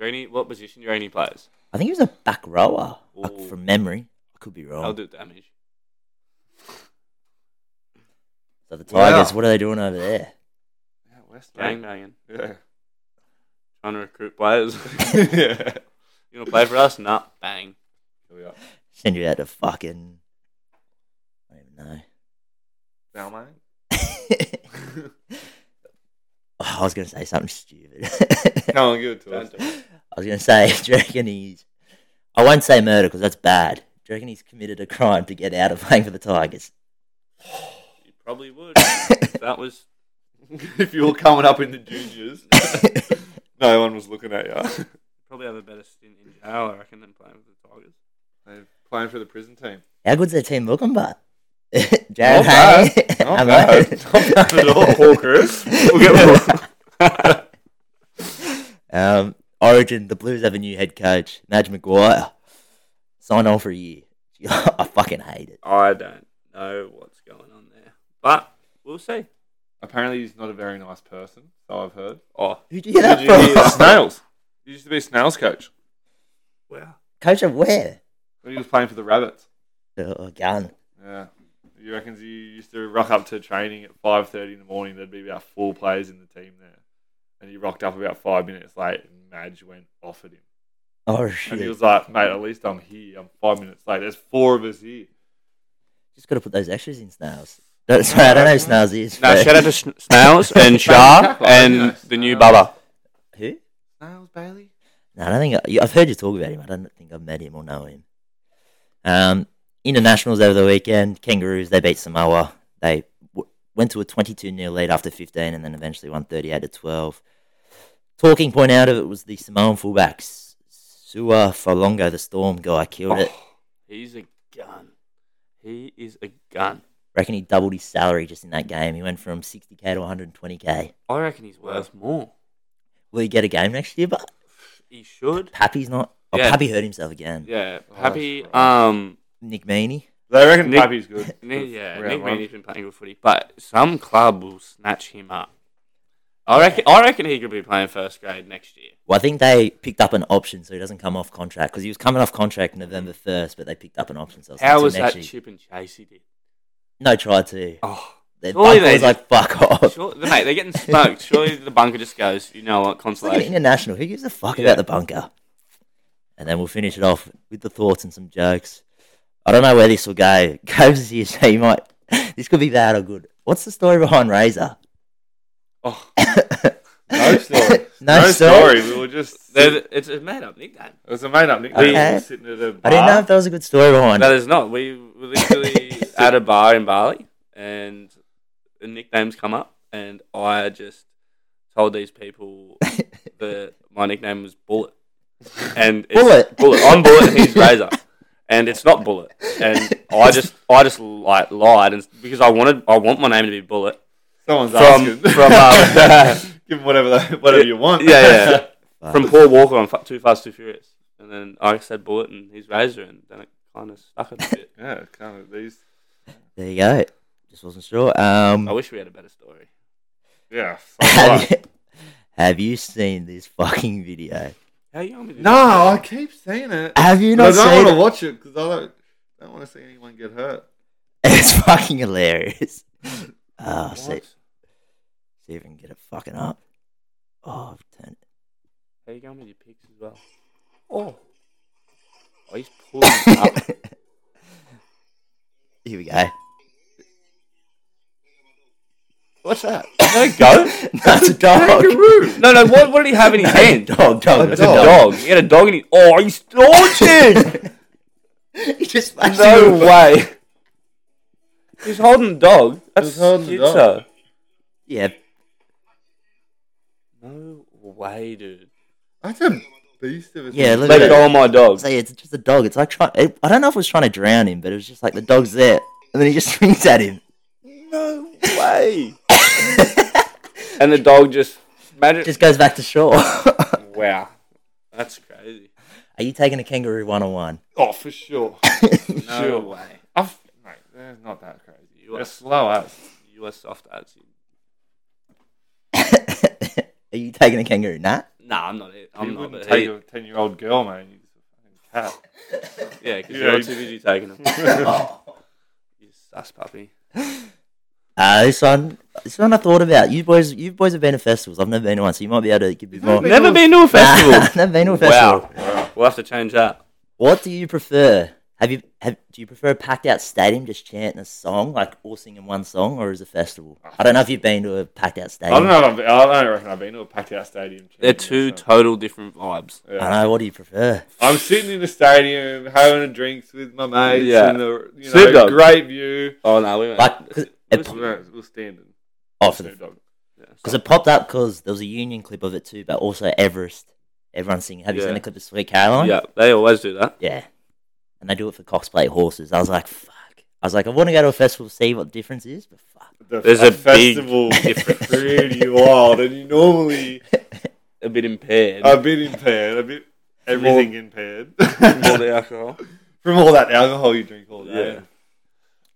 Speaker 2: Rooney, what position Rooney plays?
Speaker 1: I think he was a back rower uh,
Speaker 2: Ooh.
Speaker 1: from memory. I could be
Speaker 2: I'll
Speaker 1: wrong.
Speaker 2: do damage.
Speaker 1: So the
Speaker 3: Wow.
Speaker 1: Tigers, what are they doing over there?
Speaker 3: Out west,
Speaker 2: Gang
Speaker 3: mate.
Speaker 2: banging.
Speaker 3: Yeah.
Speaker 2: Trying to recruit players.
Speaker 3: yeah.
Speaker 2: you want to play for us? Nah. Bang.
Speaker 3: Here we are.
Speaker 1: Send you out to fucking. I don't even know.
Speaker 3: Now, mate.
Speaker 1: Oh, I was gonna say something stupid.
Speaker 3: Come on, give it to
Speaker 2: Don't
Speaker 3: us.
Speaker 2: do it.
Speaker 1: I was gonna say, do you reckon he's? I won't say murder because that's bad. Do you reckon he's committed a crime to get out of playing for the Tigers?
Speaker 2: You probably would. If that was.
Speaker 3: if you were coming up in the juniors, no one was looking at you.
Speaker 2: Probably have a better stint in jail, I reckon, than playing for the Tigers.
Speaker 3: They're playing for the prison team.
Speaker 1: How good's their team looking, but? Jared
Speaker 3: Not bad.
Speaker 1: Hay?
Speaker 3: Not
Speaker 1: Am
Speaker 3: bad.
Speaker 1: I-
Speaker 3: Not bad at all. Poor Chris. We'll get
Speaker 1: Um, Origin, the Blues have a new head coach, Madge McGuire. Signed on for a year. I fucking hate it.
Speaker 2: I don't know what's going on there. But we'll see.
Speaker 3: Apparently, he's not a very nice person. So I've heard.
Speaker 2: Oh,
Speaker 1: Who'd you hear
Speaker 3: Did
Speaker 1: that
Speaker 3: you hear
Speaker 1: from?
Speaker 3: that? Snails. He used to be a snails coach
Speaker 2: wow.
Speaker 1: coach of where?
Speaker 3: when he was playing for the rabbits.
Speaker 1: Oh, gun.
Speaker 3: Yeah. He reckons he used to rock up to training at five thirty in the morning. There'd be about four players in the team there, and he rocked up about five minutes late. And Madge went off at him,
Speaker 1: Oh,
Speaker 3: and he
Speaker 1: shit.
Speaker 3: was like, "Mate, at least I'm here. I'm five minutes late. There's four of us here."
Speaker 1: Just got to put those extras in Snails. Don't, sorry, I don't know who Snails is.
Speaker 2: Now,
Speaker 1: but-
Speaker 2: shout out to Sn- Snails and Shah and the new Bubba.
Speaker 1: Who?
Speaker 3: Snails Bailey.
Speaker 1: No, I don't think... I, have heard you talk about him. I don't think I've met him or know him. Um, internationals over the weekend. Kangaroos, they beat Samoa. They w- went to a 22-0 lead after 15 and then eventually won 38-12. Talking point out of it was the Samoan fullbacks. Sua Folongo, the Storm guy, killed it.
Speaker 2: He's a gun. He is a gun.
Speaker 1: Reckon he doubled his salary just in that game. He went from 60k to 120k.
Speaker 2: I reckon he's worth more.
Speaker 1: Will he get a game next year? But
Speaker 2: He should.
Speaker 1: Pappy's not. Oh,
Speaker 2: Yeah.
Speaker 1: Pappy hurt himself again.
Speaker 2: Yeah,
Speaker 3: Oh,
Speaker 2: Happy.
Speaker 3: that's right.
Speaker 2: Um,
Speaker 1: Nick Meaney.
Speaker 3: They reckon
Speaker 2: Nick-
Speaker 3: Pappy's good.
Speaker 2: Nick, yeah,
Speaker 3: Round
Speaker 2: Nick
Speaker 3: one.
Speaker 2: Meaney's been playing good footy, but some club will snatch him up. I reckon. I reckon he could be playing first grade next year.
Speaker 1: Well, I think they picked up an option, so he doesn't come off contract because he was coming off contract November first, but they picked up an option. So it's
Speaker 2: How
Speaker 1: until
Speaker 2: was
Speaker 1: next
Speaker 2: that
Speaker 1: year.
Speaker 2: chip and chase he did?
Speaker 1: No, try to.
Speaker 2: Oh,
Speaker 1: The
Speaker 2: surely
Speaker 1: bunker
Speaker 2: they
Speaker 1: was like, fuck off.
Speaker 2: sure, mate, they're getting smoked. Surely the bunker just goes. You know what?
Speaker 1: It's like an
Speaker 2: Consolation.
Speaker 1: international. Who gives a fuck about the bunker? And then we'll finish it off with the thoughts and some jokes. I don't know where this will go. Goes here, so you might. This could be bad or good. What's the story behind Razor?
Speaker 2: Oh,
Speaker 3: No story.
Speaker 1: No story?
Speaker 3: We were just.
Speaker 2: they're
Speaker 3: It
Speaker 2: the- it's a made-up nickname.
Speaker 3: was a made up nickname.
Speaker 1: Okay.
Speaker 3: We were sitting at a bar.
Speaker 1: I didn't
Speaker 2: Uh,
Speaker 1: know if that was a good story behind.
Speaker 2: No, there's not. We were literally at a bar in Bali, and the nicknames come up, and I just told these people that my nickname was Bullet, and it's
Speaker 1: Bullet?
Speaker 2: Bullet. I'm Bullet, and he's Razor, and it's not Bullet. And I just, I just like lied, and because I wanted, I want my name to be Bullet.
Speaker 3: Someone's
Speaker 2: From-
Speaker 3: asking.
Speaker 2: from, uh,
Speaker 3: Give them whatever, they, whatever you want.
Speaker 2: Yeah, yeah.
Speaker 1: Fuck.
Speaker 2: From Paul Walker on Fa- Too Fast, Too Furious, and then I said Bullet, and he's Razor, and then it kind of stuck a bit.
Speaker 3: yeah, kind of these.
Speaker 1: There you go. Just wasn't sure. Um,
Speaker 2: I wish we had a better story.
Speaker 3: Yeah.
Speaker 1: have, you, have you seen this fucking video?
Speaker 2: How you going with this?
Speaker 3: no, I keep seeing it.
Speaker 1: Have you not
Speaker 3: But I don't
Speaker 1: seen
Speaker 3: want
Speaker 1: it?
Speaker 3: to watch it because I don't, I don't want to see anyone get hurt.
Speaker 1: It's fucking hilarious. Oh, see,
Speaker 2: What?
Speaker 1: see if we can get it fucking up. Oh, I've turned
Speaker 2: How you going with your picks as well? Oh. Oh, he's pulling it up.
Speaker 1: Here we go.
Speaker 2: What's that? Is that a goat?
Speaker 1: That's a dog.
Speaker 2: No, no, what, what did he have in his hand?
Speaker 1: Dog, Oh, dog.
Speaker 2: It's a dog. He had a dog in his... Oh, he's launching!
Speaker 1: he just smashed
Speaker 2: no
Speaker 1: it.
Speaker 2: way. He's holding the dog. That's
Speaker 3: He's holding the
Speaker 2: schizo.
Speaker 3: dog.
Speaker 1: Yeah,
Speaker 2: No way, dude.
Speaker 3: That's a beast of a
Speaker 1: yeah.
Speaker 3: thing.
Speaker 1: Look
Speaker 2: Let
Speaker 1: at
Speaker 2: go
Speaker 1: it.
Speaker 2: of my dog.
Speaker 1: Say it's just a dog. It's like trying. It, I don't know if it was trying to drown him, but it was just like the dog's there, and then he just swings at him.
Speaker 2: No way. and the dog just... Imagine...
Speaker 1: Just goes back to shore. Are
Speaker 2: Wow. That's crazy.
Speaker 1: you taking a kangaroo one on one?
Speaker 3: Oh, for sure.
Speaker 2: No
Speaker 3: Sure.
Speaker 2: way.
Speaker 3: I've, mate, they're not that crazy.
Speaker 2: You
Speaker 3: They're
Speaker 2: are,
Speaker 3: slow as.
Speaker 2: you are soft as you.
Speaker 1: Are you taking a kangaroo? Nah.
Speaker 2: Nah, I'm not it. I'm
Speaker 3: you
Speaker 2: not
Speaker 3: wouldn't
Speaker 2: it.
Speaker 3: take a 10 year old girl, man. You a fucking cat.
Speaker 2: Yeah, because
Speaker 3: Yeah,
Speaker 2: you're
Speaker 3: you-
Speaker 2: too busy taking them. you sus puppy.
Speaker 1: Uh, this one, this one I thought about. You boys, you boys have been to festivals. I've never been to one, so you might be able to give me
Speaker 3: You've never
Speaker 1: more.
Speaker 3: been
Speaker 2: Never been to a
Speaker 1: Nah,
Speaker 2: festival.
Speaker 1: never been to a festival.
Speaker 2: wow. We'll have to change that.
Speaker 1: What do you prefer? Have you have do you prefer a packed out stadium just chanting a song, like all singing one song, or is a festival? I don't know if you've been to a packed out
Speaker 3: I
Speaker 1: stadium.
Speaker 3: don't know if I've, I don't reckon I've been to a packed out stadium.
Speaker 2: They're
Speaker 3: too
Speaker 2: two total different vibes.
Speaker 1: I don't know, What do you prefer?
Speaker 3: I'm sitting in the stadium having a drinks with my mates.
Speaker 2: Yeah.
Speaker 3: And the, you
Speaker 2: Snoop
Speaker 3: know,
Speaker 2: Dogg.
Speaker 3: great view.
Speaker 2: Oh no,
Speaker 3: Uh,
Speaker 2: we went.
Speaker 1: Like, 'cause
Speaker 2: It
Speaker 1: it,
Speaker 2: was-
Speaker 1: po-
Speaker 3: No, we're standing.
Speaker 1: oh, for
Speaker 3: Snoop
Speaker 1: the,
Speaker 3: Dogg.
Speaker 1: cause it popped up because there was a union clip of it too, but also Everest. Everyone's singing. Have you seen
Speaker 2: Yeah.
Speaker 1: the clip of Sweet Caroline?
Speaker 2: yeah, they always do that.
Speaker 1: Yeah. And they do it for Cox Plate horses. I was like, fuck. I was like, I want to go to a festival to see what the difference is, but fuck.
Speaker 3: The
Speaker 2: There's
Speaker 3: f-
Speaker 2: a big
Speaker 3: festival
Speaker 2: difference.
Speaker 3: pretty wild, and you normally
Speaker 2: A bit impaired.
Speaker 1: Oh.
Speaker 3: a bit impaired, a bit everything impaired
Speaker 2: more the alcohol.
Speaker 3: from all that alcohol you drink all day.
Speaker 2: Yeah.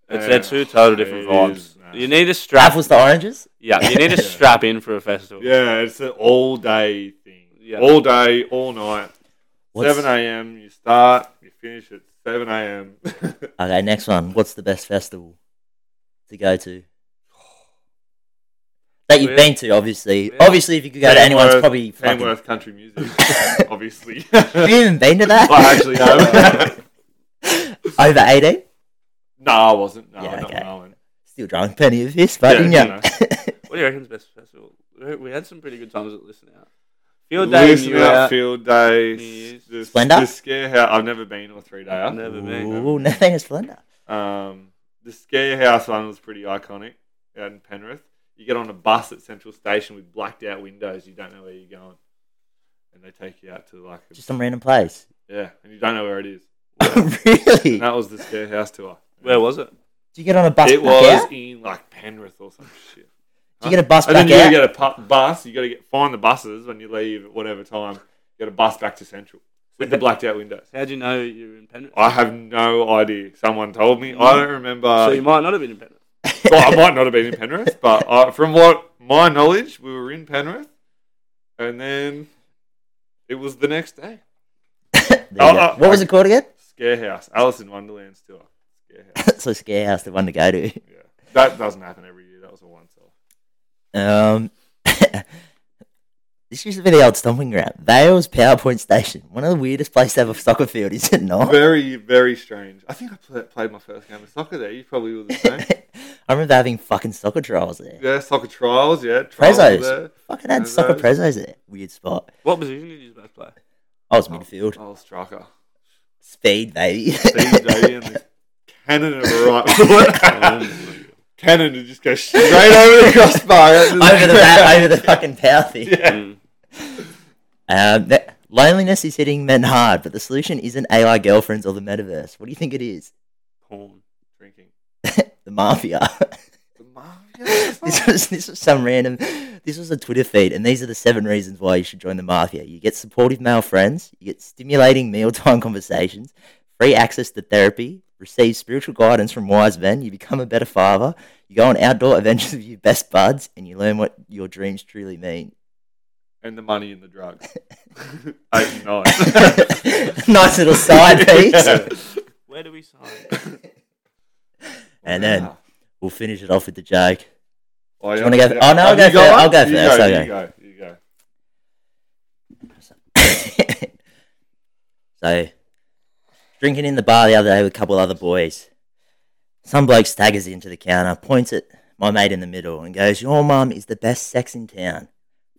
Speaker 2: It's they're two total different
Speaker 3: It
Speaker 2: vibes.
Speaker 3: is, nah.
Speaker 2: You need a strap.
Speaker 1: Apples to oranges?
Speaker 2: Yeah, you need a
Speaker 1: Yeah.
Speaker 2: strap in for a festival.
Speaker 3: Yeah, it's an all day thing.
Speaker 2: Yeah.
Speaker 3: All day, all night.
Speaker 1: What's-
Speaker 3: 7 a.m. You start, you finish at 7 a.m.
Speaker 1: Okay, next one. What's the best festival to go to? That you've
Speaker 2: Really?
Speaker 1: been to, obviously.
Speaker 2: Yeah.
Speaker 1: Obviously, if you could go to anyone's,
Speaker 3: Tamworth-
Speaker 1: probably fucking.
Speaker 3: Tamworth country music, obviously.
Speaker 1: Have
Speaker 3: I
Speaker 1: you even been to that?
Speaker 3: actually have.
Speaker 1: Over 18?
Speaker 3: no, I wasn't. No,
Speaker 1: Yeah,
Speaker 3: not
Speaker 1: okay.
Speaker 3: Melbourne.
Speaker 1: Still drunk, plenty of this, but
Speaker 3: Yeah,
Speaker 1: yeah,
Speaker 3: you know.
Speaker 2: What do you reckon's best festival? We- We had some pretty good times at Listen Out. Field Day,
Speaker 3: Listen
Speaker 2: New
Speaker 3: out,
Speaker 2: Out.
Speaker 3: field day.
Speaker 2: New Year's.
Speaker 3: The,
Speaker 1: Splendor?
Speaker 3: The scare house. I've never been to a three dayer.
Speaker 2: Never been.
Speaker 1: Ooh, nothing is Splendor.
Speaker 3: Um, the scare house one was pretty iconic out in Penrith. You get on a bus at Central Station with blacked out windows. You don't know where you're going, and they take you out to like a,
Speaker 1: Just some random place.
Speaker 3: yeah, and you don't know where it is.
Speaker 1: really?
Speaker 3: And that was the scare house tour.
Speaker 2: Where was it?
Speaker 1: Do you get on a bus
Speaker 3: it?
Speaker 1: back
Speaker 3: Was
Speaker 1: out?
Speaker 3: in like Penrith or some shit.
Speaker 1: Do you get a bus
Speaker 3: and
Speaker 1: back
Speaker 3: then you gotta
Speaker 1: out?
Speaker 3: get a pu- bus. You gotta get find the buses when you leave at whatever time. You got a bus back to Central with the blacked out windows.
Speaker 2: How'd you know you were in Penrith?
Speaker 3: I have no idea. Someone told me. I don't remember.
Speaker 2: so you might not have been in Penrith.
Speaker 3: well, I might not have been in Penrith, but uh, from what my knowledge, we were in Penrith, and then it was the next day.
Speaker 1: There you go.
Speaker 3: Oh, oh,
Speaker 1: what was it called again?
Speaker 3: Scarehouse, Alice in Wonderland's tour. Scarehouse.
Speaker 1: so Scare House, the one to go to.
Speaker 3: Yeah, that doesn't happen every year. That was a once off.
Speaker 1: Um, this used to be the old stomping ground. Vale's PowerPoint Station, one of the weirdest places to have a soccer field, is it not?
Speaker 3: Very, very strange. I think I pla- played my first game of soccer there. You probably were the same.
Speaker 1: I remember having fucking soccer trials there.
Speaker 3: yeah, soccer trials. Yeah, trials
Speaker 1: Prezos.
Speaker 3: there.
Speaker 1: Fucking had soccer prezos there. Weird spot.
Speaker 2: What position did you both play?
Speaker 1: I was midfield.
Speaker 3: Oh, striker.
Speaker 1: Speed, baby.
Speaker 3: Steve Davey and the cannon of a right foot. cannon to just go straight over the crossbar.
Speaker 1: over the bat, over the fucking power thing.
Speaker 3: Yeah.
Speaker 2: Mm.
Speaker 1: Um, that- loneliness is hitting men hard, but the solution isn't AI girlfriends or the metaverse. What do you think it is?
Speaker 2: Porn.
Speaker 3: Drinking.
Speaker 1: The mafia.
Speaker 3: The mafia.
Speaker 1: this was this was some random. This was a Twitter feed, and these are the seven reasons why you should join the mafia. You get supportive male friends, you get stimulating mealtime conversations, free access to therapy, receive spiritual guidance from wise men, you become a better father, you go on outdoor adventures with your best buds, and you learn what your dreams truly mean.
Speaker 3: And the money and the drugs. Eight and nine.
Speaker 1: nice little side piece.
Speaker 3: Yeah.
Speaker 2: Where do we sign?
Speaker 1: And then we'll finish it off with the joke.
Speaker 3: Oh,
Speaker 1: you wanna go- oh, no, I'll go
Speaker 3: you
Speaker 1: first.
Speaker 3: one?
Speaker 1: I'll go
Speaker 3: You
Speaker 1: first,
Speaker 3: Go,
Speaker 1: I'll
Speaker 3: you go. You go.
Speaker 1: so, drinking in the bar the other day with a couple other boys. Some bloke staggers into the counter, points at my mate in the middle, and goes, "Your mum is the best sex in town."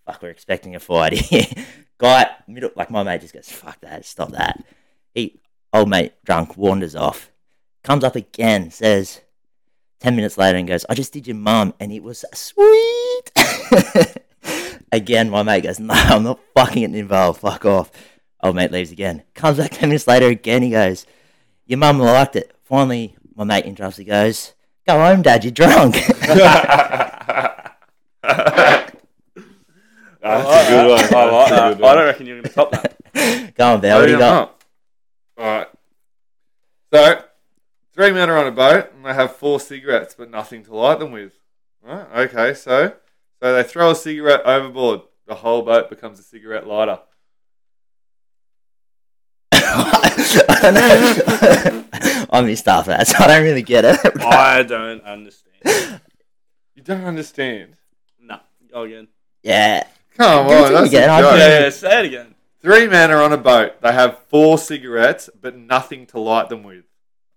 Speaker 1: Fuck, we're expecting a fight here. Guy, middle, like my mate just goes, "Fuck that, stop that." He, old mate, drunk, wanders off. Comes up again, says, 10 minutes later and goes, I just did your mum and it was sweet. again, my mate goes, No, I'm not fucking getting involved. Fuck off. Old mate leaves again. Comes back 10 minutes later again. He goes, Your mum liked it. Finally, my mate interrupts. He goes, Go home, dad. You're drunk.
Speaker 3: That's a good one.
Speaker 2: I like
Speaker 3: That's a
Speaker 2: that.
Speaker 3: good one.
Speaker 2: I don't reckon you're going to top that.
Speaker 1: Go on, Val. What do you got?
Speaker 3: Alright. So, three men are on a boat and they have four cigarettes but nothing to light them with. Right? Okay, so so they throw a cigarette overboard. The whole boat becomes a cigarette lighter.
Speaker 1: I missed half that, so I don't really get it.
Speaker 2: I don't understand.
Speaker 3: You don't understand.
Speaker 2: No. Go again.
Speaker 1: yeah.
Speaker 3: Come
Speaker 1: Give it to me
Speaker 3: on, that's a
Speaker 1: again, I
Speaker 3: joke.
Speaker 1: think-
Speaker 2: Yeah, say it again.
Speaker 3: Three men are on a boat. They have four cigarettes, but nothing to light them with.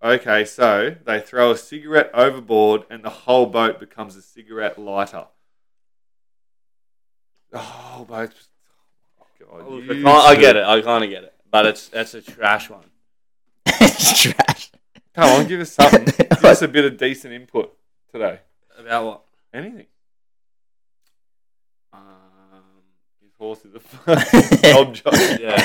Speaker 3: Okay, so they throw a cigarette overboard, and the whole boat becomes a cigarette lighter. The whole boat. God,
Speaker 2: Oh, I
Speaker 3: you
Speaker 2: can't- I
Speaker 3: two.
Speaker 2: get it. I kind of get it. But it's that's a trash one.
Speaker 1: it's trash.
Speaker 3: Come on, give us something. give us a bit of decent input today.
Speaker 2: About what?
Speaker 3: Anything.
Speaker 2: Um,
Speaker 3: His horse is a job job.
Speaker 2: Yeah.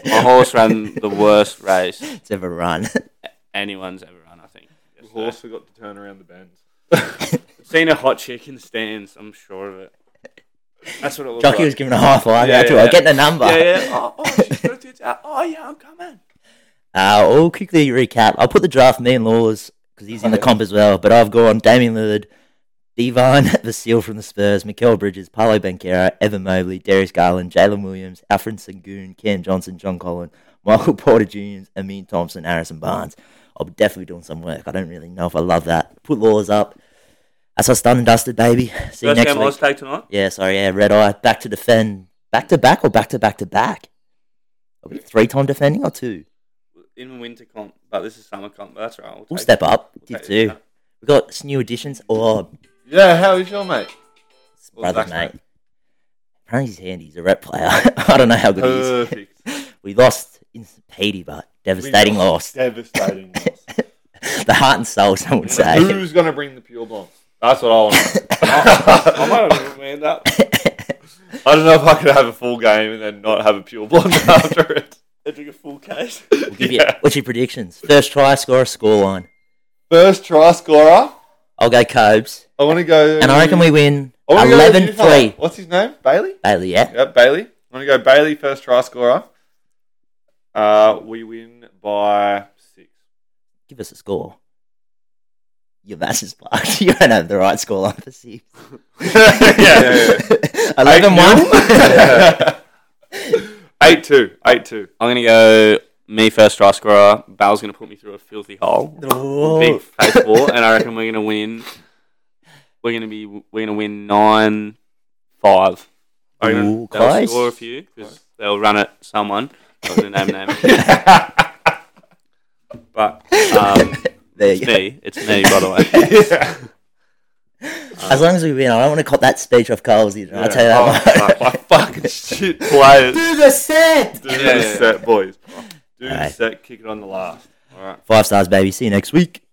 Speaker 2: My horse ran the worst race
Speaker 1: It's ever run.
Speaker 2: anyone's ever run, I think.
Speaker 3: The horse forgot to turn around the bend.
Speaker 2: Seen a hot chick in the stands, I'm sure of it. That's what it was.
Speaker 1: Jockey was
Speaker 2: like.
Speaker 1: giving a high five
Speaker 2: Yeah,
Speaker 1: out to
Speaker 2: yeah,
Speaker 1: her.
Speaker 2: yeah.
Speaker 1: Get the number.
Speaker 2: Yeah, yeah. Oh, oh, she's got a tits out. Oh, yeah, I'm coming.
Speaker 1: Uh, I'll quickly recap. I'll put the draft me and Lawler's because he's in the comp as well. But I've gone Damien Lillard, Devine Vasile from the Spurs, Mikel Bridges, Paolo Banquera, Evan Mobley, Darius Garland, Jalen Williams, Alfred Sangoon, Cam Johnson, John Collin, Michael Porter Jr., Amin Thompson, Harrison Barnes. I'll be definitely doing some work. I don't really know if I love that. Put Lawler's up. That's us done and dusted, baby. See you
Speaker 2: First
Speaker 1: next
Speaker 2: game
Speaker 1: week.
Speaker 2: I was take tonight.
Speaker 1: Yeah, sorry, yeah, red eye. Back to defend. Back to back or back to back to back? Are we three time defending or two?
Speaker 2: In winter comp, but this is summer comp. But that's right. We'll,
Speaker 1: We'll
Speaker 2: take
Speaker 1: step
Speaker 2: it.
Speaker 1: up.
Speaker 2: We'll
Speaker 1: Give
Speaker 2: take
Speaker 1: two.
Speaker 2: it.
Speaker 1: We've got some new additions. Oh,
Speaker 3: Yeah, how is your mate?
Speaker 1: brother,
Speaker 3: Zach's
Speaker 1: mate. Apparently he's handy. He's a rep player. I don't know how good he is.
Speaker 3: Perfect.
Speaker 1: We lost in Petey, but devastating
Speaker 3: We
Speaker 1: loss.
Speaker 3: lost. Devastating loss.
Speaker 1: The heart and soul, some would say.
Speaker 3: Who's going to bring the pure blonde? That's what I want. to know.
Speaker 2: I might have manned up.
Speaker 3: I don't know if I could have a full game and then not have a pure blonde after it.
Speaker 2: I took a full case.
Speaker 1: Give you-
Speaker 3: Yeah.
Speaker 1: What's your predictions? First try scorer, score line.
Speaker 3: First try scorer.
Speaker 1: I'll go Cobes.
Speaker 3: I want to go.
Speaker 1: And I reckon we win
Speaker 3: I wanna go with you,
Speaker 1: 11
Speaker 3: fella.
Speaker 1: 3.
Speaker 3: What's his name? Bailey.
Speaker 1: Bailey, yeah?
Speaker 3: Yep, Bailey. I want to go Bailey first try scorer. Uh, we win by six.
Speaker 1: Give us a score. your mass is fucked. You don't have the right score line for six.
Speaker 3: yeah,
Speaker 1: Eleven one.
Speaker 3: Eight two, eight two.
Speaker 2: I'm gonna go me first try scorer. Bale's gonna put me through a filthy hole, big
Speaker 1: Oh,
Speaker 2: face ball, and I reckon we're gonna win. We're gonna be we're gonna win nine five. I reckon
Speaker 1: Ooh,
Speaker 2: they'll
Speaker 1: close.
Speaker 2: score a few because they'll run at someone. I'm gonna name names, but um,
Speaker 1: there you
Speaker 2: it's
Speaker 1: go.
Speaker 2: me. It's me, by the way.
Speaker 1: As long as we win, I don't want to cop that speech off Coles either. I'll tell you
Speaker 3: Oh,
Speaker 1: that. much.
Speaker 3: fuck, my fucking shit players.
Speaker 1: Do the set.
Speaker 3: Do
Speaker 2: Yeah.
Speaker 3: the set, boys. Do the
Speaker 1: Alright.
Speaker 3: set, kick it on the last. All right.
Speaker 1: Five stars, baby. See you next week.